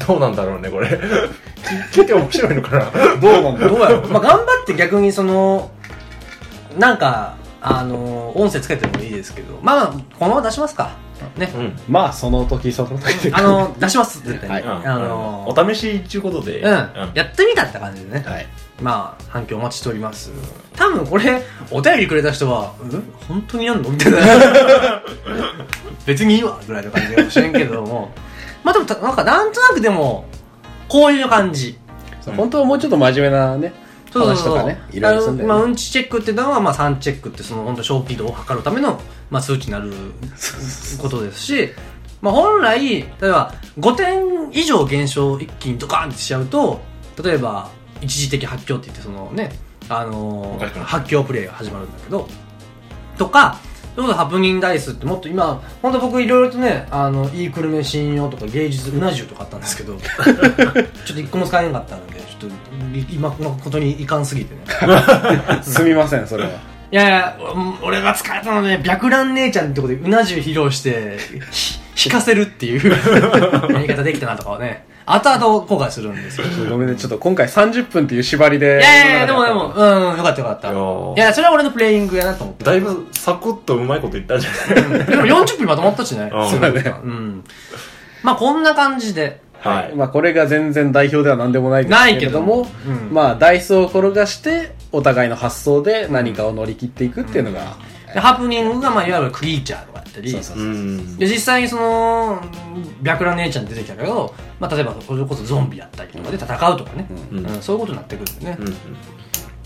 Speaker 4: どうなんだろうね、これ。聞いて面白いのかな
Speaker 3: どうなんだ
Speaker 1: ど
Speaker 3: ろ
Speaker 1: うやろう、まあ、頑張って逆にそのなんかあの音声つけてもいいですけどまあこのまま出しますかね
Speaker 4: うん。
Speaker 3: うまあその時その時で
Speaker 1: あの出します絶対に、
Speaker 4: うん
Speaker 1: あの
Speaker 4: お試しっていうことで。
Speaker 1: うん、やってみたって感じでね、
Speaker 3: はい
Speaker 1: まあ反響お待ちしております多分これお便りくれた人は「うん本当にやんの?」みたいな
Speaker 3: [LAUGHS]
Speaker 1: 別にいいわぐらいの感じかもしれんけどもまあでもたなんかなんとなくでもこういう感じ
Speaker 3: そう本当はもうちょっと真面目なね話とかねいろいろするんだ
Speaker 1: あのまあ、
Speaker 3: よ
Speaker 1: う
Speaker 3: ね
Speaker 1: んちチェックっていうのは、まあ、3チェックってその本当消費度を測るための、まあ、数値になることですし、まあ、本来例えば5点以上減少を一気にドカーンってしちゃうと例えば一時的発狂って言ってそのね、あの
Speaker 4: お
Speaker 1: ー
Speaker 4: かしくなる
Speaker 1: 発狂プレイが始まるんだけどとかそれこそハプニングダイスってもっと今本当僕いろいろとねあのいい久留米信用とか芸術うな重とかあったんです
Speaker 4: [LAUGHS]
Speaker 1: けどちょっと一個も使えなかったのでちょっと今ことにいかんすぎてね
Speaker 3: すみませんそれはい
Speaker 1: やいや、お俺が疲れたのね、白蘭姉ちゃんってことでうな重披露して、ひ引かせるっていうやり方できたなとかはね、後々後悔するんですよ。い
Speaker 3: ごめんねちょっと今回30分っていう縛りで
Speaker 1: やいやいや、でもでも、うん、よかったよかった。
Speaker 4: い
Speaker 1: い
Speaker 4: やー
Speaker 1: や、それは俺のプレイングやなと思って。
Speaker 4: だいぶサクッとうまいこと言ったんじゃない
Speaker 1: でも40分まとまったしね。
Speaker 4: うん
Speaker 1: そうだね。うん。まあこんな感じで、
Speaker 4: はい
Speaker 3: まあ、これが全然代表では何でもないですけれども、まあ、ダイスを転がして、お互いの発想で何かを乗り切っていくっていうのが、
Speaker 1: でハプニングが、まあ、いわゆるクリーチャーとかやったり、
Speaker 3: そうそう
Speaker 4: う
Speaker 3: そう。
Speaker 4: ん
Speaker 1: で実際にその白蘭姉ちゃん出てきたけど、まあ、例えばそれこそゾンビやったりとかで戦うとかね、
Speaker 4: う
Speaker 1: うんんそういうことになってくるんでね、
Speaker 4: うん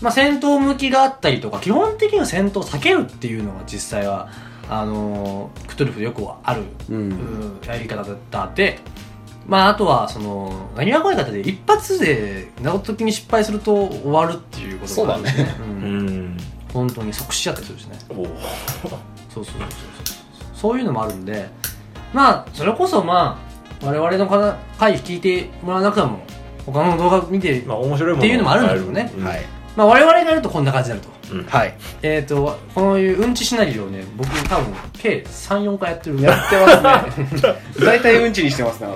Speaker 1: まあ、戦闘向きがあったりとか基本的には戦闘を避けるっていうのが実際はあのークトゥルフよくはある、うんやり方だったんで、まあ、あとはその何が怖いかって一発で謎解きに失敗すると終わるっていうことがあるんですね
Speaker 4: う
Speaker 1: うん
Speaker 4: ん
Speaker 1: 本当に即死だったりするしね
Speaker 4: おー
Speaker 1: そうそうそうそうそういうのもあるんでまあそれこそまあ我々のかな回聞いてもらわなくても他の動画見て、
Speaker 4: まあ面白いもの
Speaker 1: っていうのもあるんだけどね
Speaker 4: うん
Speaker 3: はい。
Speaker 1: まあ、我々がやるとこんな感じになると
Speaker 3: はい。
Speaker 1: えっ、ー、とこういううんちシナリオをね僕多分計34回やってる
Speaker 3: やってますね。
Speaker 1: [LAUGHS]
Speaker 3: 大体うんちにしてますね、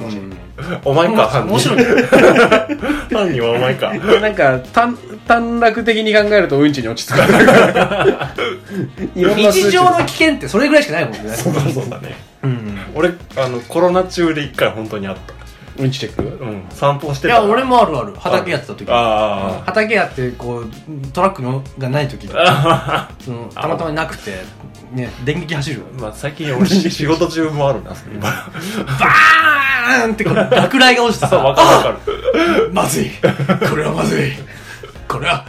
Speaker 3: 私。
Speaker 4: お前か犯人
Speaker 1: 面白いね
Speaker 4: [LAUGHS] 犯人はお前か
Speaker 3: なんか、短、短絡的に考えるとうんちに
Speaker 1: [LAUGHS]
Speaker 3: 落ち着かないから。いろんな数
Speaker 1: 日
Speaker 3: 値
Speaker 1: 常の危険ってそれぐらいしかないもんね
Speaker 4: そうだそうだね
Speaker 1: うん
Speaker 4: 俺あのコロナ中で一回本当にあっ
Speaker 3: うんちチェック
Speaker 4: たうん散歩して
Speaker 1: い
Speaker 4: た
Speaker 1: や俺もあるある畑やってた時
Speaker 4: あ
Speaker 1: 畑やってこうトラックのがない時
Speaker 4: あああ
Speaker 1: そのたまたまになくてね電撃走るよ
Speaker 4: まあ最近俺し仕事中もあるなそれ今
Speaker 1: バーンってこう落雷が落ちて
Speaker 4: [LAUGHS] そ
Speaker 1: さ
Speaker 4: うわかるわかる
Speaker 1: まずいこれはまずいこれは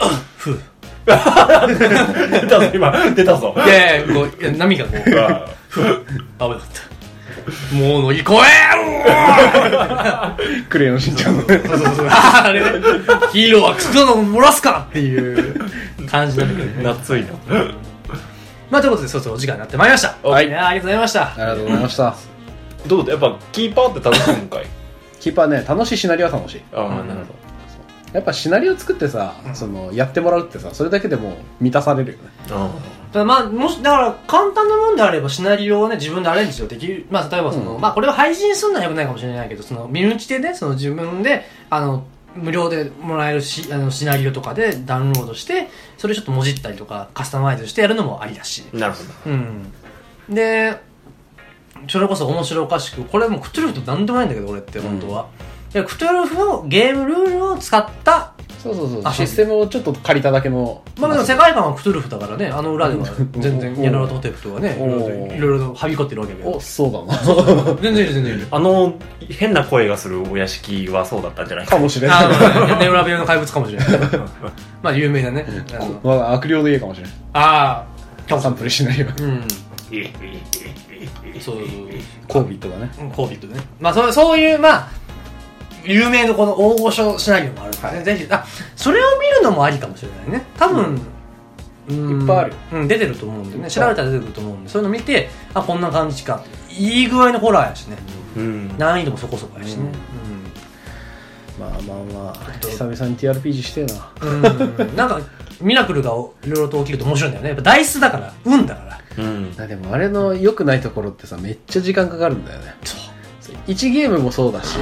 Speaker 1: ううふう
Speaker 4: [LAUGHS] 出たぞ今出たぞ
Speaker 1: いやいやこういや波がこう危な
Speaker 4: あ
Speaker 1: かったもう乗り越えう
Speaker 3: クレヨンしんちゃんの。
Speaker 1: おそうそうそう [LAUGHS] あれねヒーローは草の漏らすかっていう感じなんだけど
Speaker 4: ー
Speaker 1: ね
Speaker 4: 懐いな
Speaker 1: まあということでそろそろお時間になってまいりました
Speaker 3: はい
Speaker 1: やありがとうございました
Speaker 3: ありがとうございました。
Speaker 4: どうだやっぱキーパーって楽しいんかい
Speaker 3: キーパーね、楽しいシナリオは楽しい。
Speaker 1: う
Speaker 4: ああ
Speaker 1: ん
Speaker 4: なるほ
Speaker 3: やっぱシナリオ作ってさ、その、やってもらうってさ、それだけでもう満たされるよね。
Speaker 4: どあ
Speaker 1: ただまあ、もし、だから、簡単なもんであれば、シナリオをね、自分でアレンジをできる。まあ、例えばその、まあ、これを配信するのは良くないかもしれないけど、その、身内でね、その自分で、あの、無料でもらえるし、あの、シナリオとかでダウンロードして、それちょっともじったりとか、カスタマイズしてやるのもありだし。
Speaker 4: あなるほど
Speaker 1: うん。で、それこそ面白おかしく、これもうクトゥルフと何でもないんだけど、俺って、本当は。でクトゥルフのゲームルールを使った、
Speaker 3: そうそうそ
Speaker 1: あ
Speaker 3: う。システムをちょっと借りただけの。
Speaker 1: まあでも世界観はクトゥルフだからね、あの裏では全然、ヤララトテプとはね、
Speaker 3: お
Speaker 1: いろいろとはびこってるわけだけど
Speaker 3: お、。そうだな。
Speaker 1: 全然いる全然いる
Speaker 4: あの変な声がするお屋敷はそうだったんじゃない
Speaker 3: かもしれない。
Speaker 1: あの、ネオラビオの怪物かもしれない。まあ、有名なね。あの
Speaker 3: まあ悪霊の家かもしれない。
Speaker 1: あ
Speaker 3: サンプルシナリオ。
Speaker 1: ー、うん。そうそう
Speaker 3: コービーとかね。
Speaker 1: そう。コービットね。まあ、そうそういう、まあ、有名のこの大御所シナリオもあるんですね。ぜひ、あ、それを見るのもありかもしれないね。多分、うん
Speaker 3: いっぱいある。
Speaker 1: うん、出てると思うんでね。調べたら出てくると思うんで、そういうの見て、あ、こんな感じか。いい具合のホラーやしね。
Speaker 4: うん
Speaker 1: 難易度もそこそこやしね。うん
Speaker 3: まあまあまあ、久々に TRPG してえな。
Speaker 1: うんなんかミラクルがおいろいろと起きると面白いんだよねやっぱダイスだから運だから
Speaker 4: うん
Speaker 3: あでもあれの良くないところってさ、めっちゃ時間かかるんだよね。そう。1ゲームもそうだし、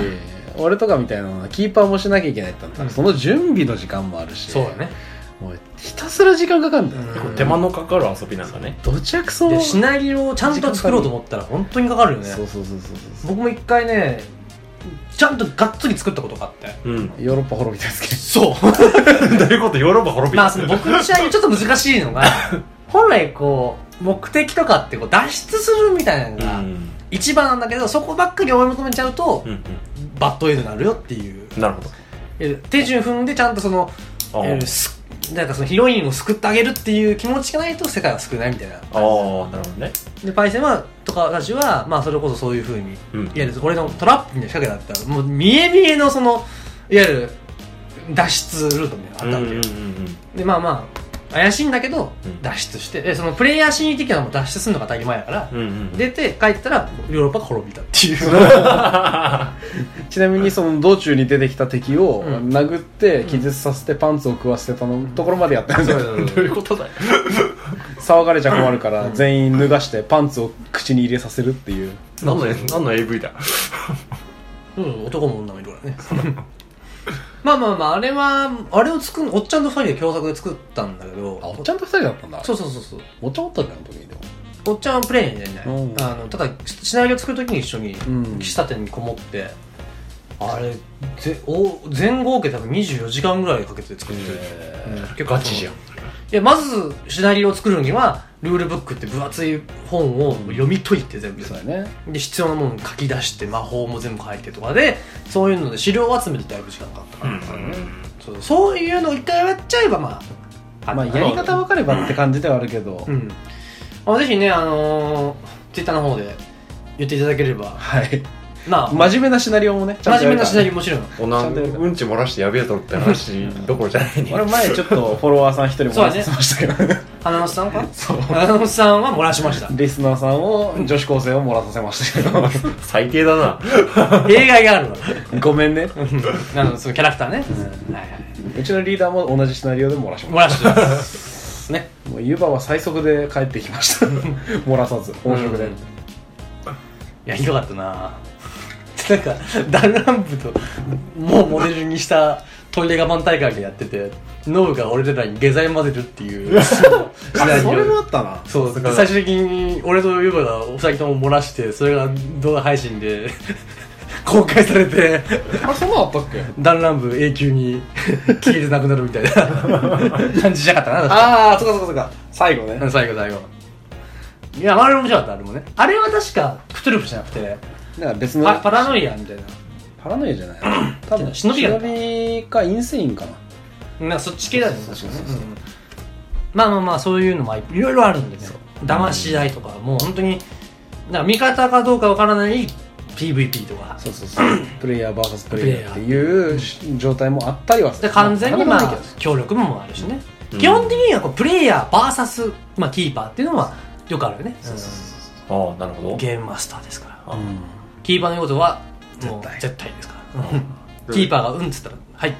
Speaker 3: 俺とかみたいなのはキーパーもしなきゃいけないってなったら、その準備の時間もあるし、
Speaker 1: ね
Speaker 3: もうひたすら時間かかるんだよね。
Speaker 4: 結構手間のかかる遊びなんだね
Speaker 3: どちゃくそ
Speaker 1: でシナリオをちゃんと作ろうと思ったら本当にかかるよね
Speaker 3: そうそうそうそうそ
Speaker 1: 僕も一回ねちゃんとがっつり作ったことがあって
Speaker 4: [LAUGHS] うん
Speaker 3: う。ヨーロッパ滅びたやつ
Speaker 1: [LAUGHS]
Speaker 3: け
Speaker 1: そう
Speaker 4: どういうことヨーロッパ滅び
Speaker 1: ま
Speaker 4: た
Speaker 1: あその僕の試合ちょっと難しいのが本来こう目的とかってこう脱出するみたいなの
Speaker 4: う
Speaker 1: が
Speaker 4: ん
Speaker 1: 一番なんだけどそこばっかり追い求めちゃうと
Speaker 4: うん
Speaker 1: バッドエンドになるよっていう
Speaker 4: うんなるほ
Speaker 1: え手順踏んでちゃんとその
Speaker 4: どあ
Speaker 1: えーすなんかそのヒロインを救ってあげるっていう気持ちがないと世界は救えないみたいな
Speaker 4: あああなるほどね
Speaker 1: でパイセンはとかたちは、まあ、それこそそういうふうにいわ
Speaker 4: うん
Speaker 1: ゆる俺のトラップみたいな仕掛けだったらもう見え見えのそのいわゆる脱出ルートみたいなのがあったわけよ、でまあまあ怪しいんだけど
Speaker 4: うん
Speaker 1: 脱出して、でそのプレイヤー心理的なのも脱出するのが当たり前やから、
Speaker 4: うんうんうん
Speaker 1: 出て帰ったらヨーロッパが滅びたっていう
Speaker 3: ちなみにその道中に出てきた敵を
Speaker 1: うん
Speaker 3: 殴って気絶させてパンツを食わせてたのところまでやったんですよ
Speaker 1: [LAUGHS]
Speaker 4: どういうことだよ
Speaker 3: 騒がれちゃ困るから全員脱がしてパンツを口に入れさせるっていう
Speaker 4: 何の何の AV だ
Speaker 1: うん、男も女もいるからね [LAUGHS] まあまあまああれはあれを作るおっちゃんと二人で共作で作ったんだけど
Speaker 3: あおっちゃんと二人だったんだ
Speaker 1: そうそうそうそう
Speaker 3: おっちゃんおったじゃん時にでも
Speaker 1: おっちゃんはプレイヤーじゃない、
Speaker 3: うん
Speaker 1: あのただシシナリオ作るときに一緒に
Speaker 3: ん
Speaker 1: 喫茶店にこもって、あれぜお全合計多分24時間ぐらいかけて作ってる、うん結構
Speaker 4: ガチじゃん
Speaker 1: いやまずシナリオを作るにはルールブックって分厚い本を読み解いて全部、
Speaker 3: そうやね
Speaker 1: で必要なものを書き出して魔法も全部書いてとかでそういうので資料を集めてだいぶ時間かかったから、そうそういうのを一回やっちゃえばまあ
Speaker 3: まあやり方分かればって感じではあるけど
Speaker 1: うん、まあ、ぜひねあのツイッター Twitter の方で言っていただければ
Speaker 3: はい
Speaker 1: まあ
Speaker 3: 真面目なシナリオもねちゃんと
Speaker 1: 真
Speaker 3: や
Speaker 1: 面目
Speaker 3: る
Speaker 1: な
Speaker 3: から
Speaker 1: シナリオもちろん
Speaker 4: おな
Speaker 3: ちゃんとやるから
Speaker 4: うんち漏らしてやべえぞって話どころじゃないね
Speaker 3: 俺前ちょっとフォロワーさん一人も
Speaker 1: そう
Speaker 3: ら
Speaker 1: だね
Speaker 3: ってましたけど、
Speaker 1: 花野さん [LAUGHS] か花野さんは漏らし [LAUGHS] ました
Speaker 3: リスナーさんを女子高生を漏らさせましたけど
Speaker 4: 最低だな
Speaker 1: 弊害があるわ
Speaker 3: ごめんね
Speaker 1: うんあのそのキャラクターね、はいはいう
Speaker 3: ちのリーダーも同じシナリオで漏らしま
Speaker 1: 漏らして [LAUGHS] ますね
Speaker 3: したもう湯葉は最速で帰ってきま
Speaker 1: [LAUGHS]
Speaker 3: した漏らさず本職で、
Speaker 1: うんいやひどかったな [LAUGHS] なんかダルランプともうモデルにしたトイレ我慢大会でやっててノブが俺らに下剤混ぜるっていう [LAUGHS]
Speaker 3: あそれもあったな
Speaker 1: そう最終的に俺とユバがお二人とも漏らしてそれが動画配信で [LAUGHS] 公開されて
Speaker 3: あれそんなのあったっけ
Speaker 1: 弾丸部永久に消えてなくなるみた [LAUGHS] いな感じじゃなかったな確か
Speaker 3: ああそっかそっかそっか最後ね
Speaker 1: に最後最後いやあれ面白かったあれもねあれは確かクトゥルフじゃなくて
Speaker 3: なんか別の
Speaker 1: パパラノイアみたいな
Speaker 3: パラノイアじ
Speaker 1: [CLEARS THROAT]
Speaker 3: ゃない多分
Speaker 1: 忍びやった
Speaker 3: 忍びかインセインかな
Speaker 1: なんかそっち系だよね
Speaker 3: そう
Speaker 1: 確か
Speaker 3: そう
Speaker 1: に
Speaker 3: そう
Speaker 1: ね
Speaker 3: そう
Speaker 1: うんまあまあまあそういうのもいろいろあるんでね騙し合いとかもう本当になんか味方かどうかわからない PVP とか
Speaker 3: そうそうそうプレイヤー VS プレイヤーっていう状態もあったりはす
Speaker 1: で
Speaker 3: る
Speaker 1: 完全にま
Speaker 3: なかな
Speaker 1: あ
Speaker 3: かない
Speaker 1: 協力もあるしね、基本的にはこうプレイヤー VS、まあ、キーパーっていうのはよくあるよね、
Speaker 4: ああなるほ
Speaker 1: うん
Speaker 4: ど
Speaker 1: ゲームマスターですから
Speaker 3: けどうん
Speaker 1: キーパーの言うことはもう
Speaker 3: 絶対
Speaker 1: 絶対ですから、うんキーパーが「うん」っつったら「はい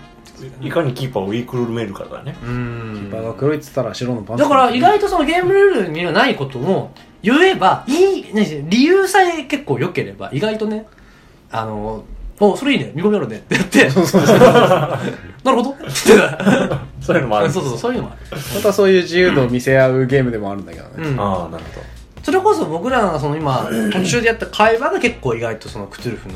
Speaker 4: いかにキーパーをウィークルめるかだね」
Speaker 3: キーパーが黒いっつったら白のパンツ
Speaker 1: だから意外とそのゲームルールにはないことも言えばいい、ね、理由さえ結構良ければ意外とねあのおそれいいね見込みあるねってやって [LAUGHS] なるほどって言って
Speaker 4: そういうのもあ
Speaker 1: た
Speaker 4: る
Speaker 1: そうそうそうそういうのもある
Speaker 3: またそういう自由度を見せ合うゲームでもあるんだけどね、
Speaker 1: うん
Speaker 4: ああなるほ
Speaker 1: それこそ僕らがその今途中でやった会話が結構意外とそのクトゥルフの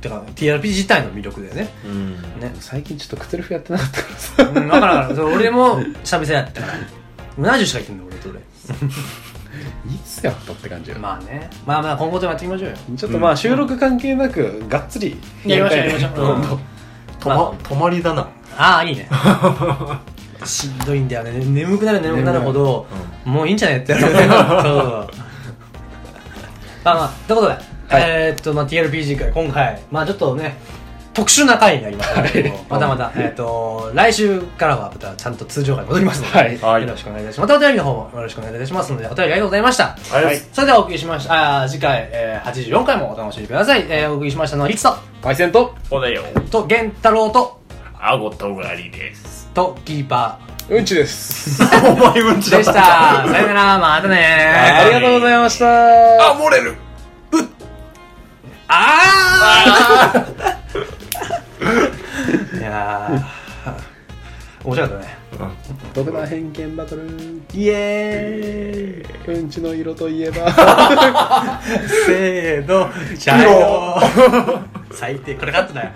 Speaker 1: てか TRP 自体の魅力だよね、
Speaker 4: どうん
Speaker 1: ね
Speaker 3: 最近ちょっとクトゥルフやってなかったからさ
Speaker 1: [LAUGHS] うん、分からん分からんそれ俺も久々やったから70しか言ってんだよ俺と
Speaker 3: いつやったって感じよ、
Speaker 1: 俺まあねまあまあ今後ともやっていきましょうよ
Speaker 3: ちょっとまあ収録関係なくがっつり
Speaker 1: やりましょう
Speaker 3: や
Speaker 1: やりましょう、うん
Speaker 4: とま泊まりだな
Speaker 1: ああいいね [LAUGHS] しんどいんだよね眠くなる眠くなるほど、もういいんじゃないってやる [LAUGHS] よねそうまあまあということで、えーっと、まあ、TRPG 会今回まあちょっとね特殊な回になりましたけどもまたまた、えーっと来週からはまたちゃんと通常回に戻りますので、
Speaker 4: はい
Speaker 1: よろしくお願いいたしますまたお便りの方もよろしくお願いいたしますのでお便りありがとうございました
Speaker 4: はい
Speaker 1: それではお送りしましたあー次回、えー、84回もお楽しみください、えーお送りしましたのはリツと
Speaker 3: パイセンと
Speaker 4: おだよ
Speaker 1: と源太郎と
Speaker 4: あごとがりです
Speaker 1: とキーパー
Speaker 3: うんちです
Speaker 4: [LAUGHS]
Speaker 3: [LAUGHS]
Speaker 4: お前うんちだ
Speaker 1: でした。さよなら、またね
Speaker 3: ありがとうございました
Speaker 4: あ漏れる
Speaker 3: [LAUGHS]
Speaker 1: いやー、面白かったね。
Speaker 3: 特段偏見バトル
Speaker 1: イエ
Speaker 3: うんちの色といえば
Speaker 1: ーイせーの、じゃあよ最低、これカットだよ。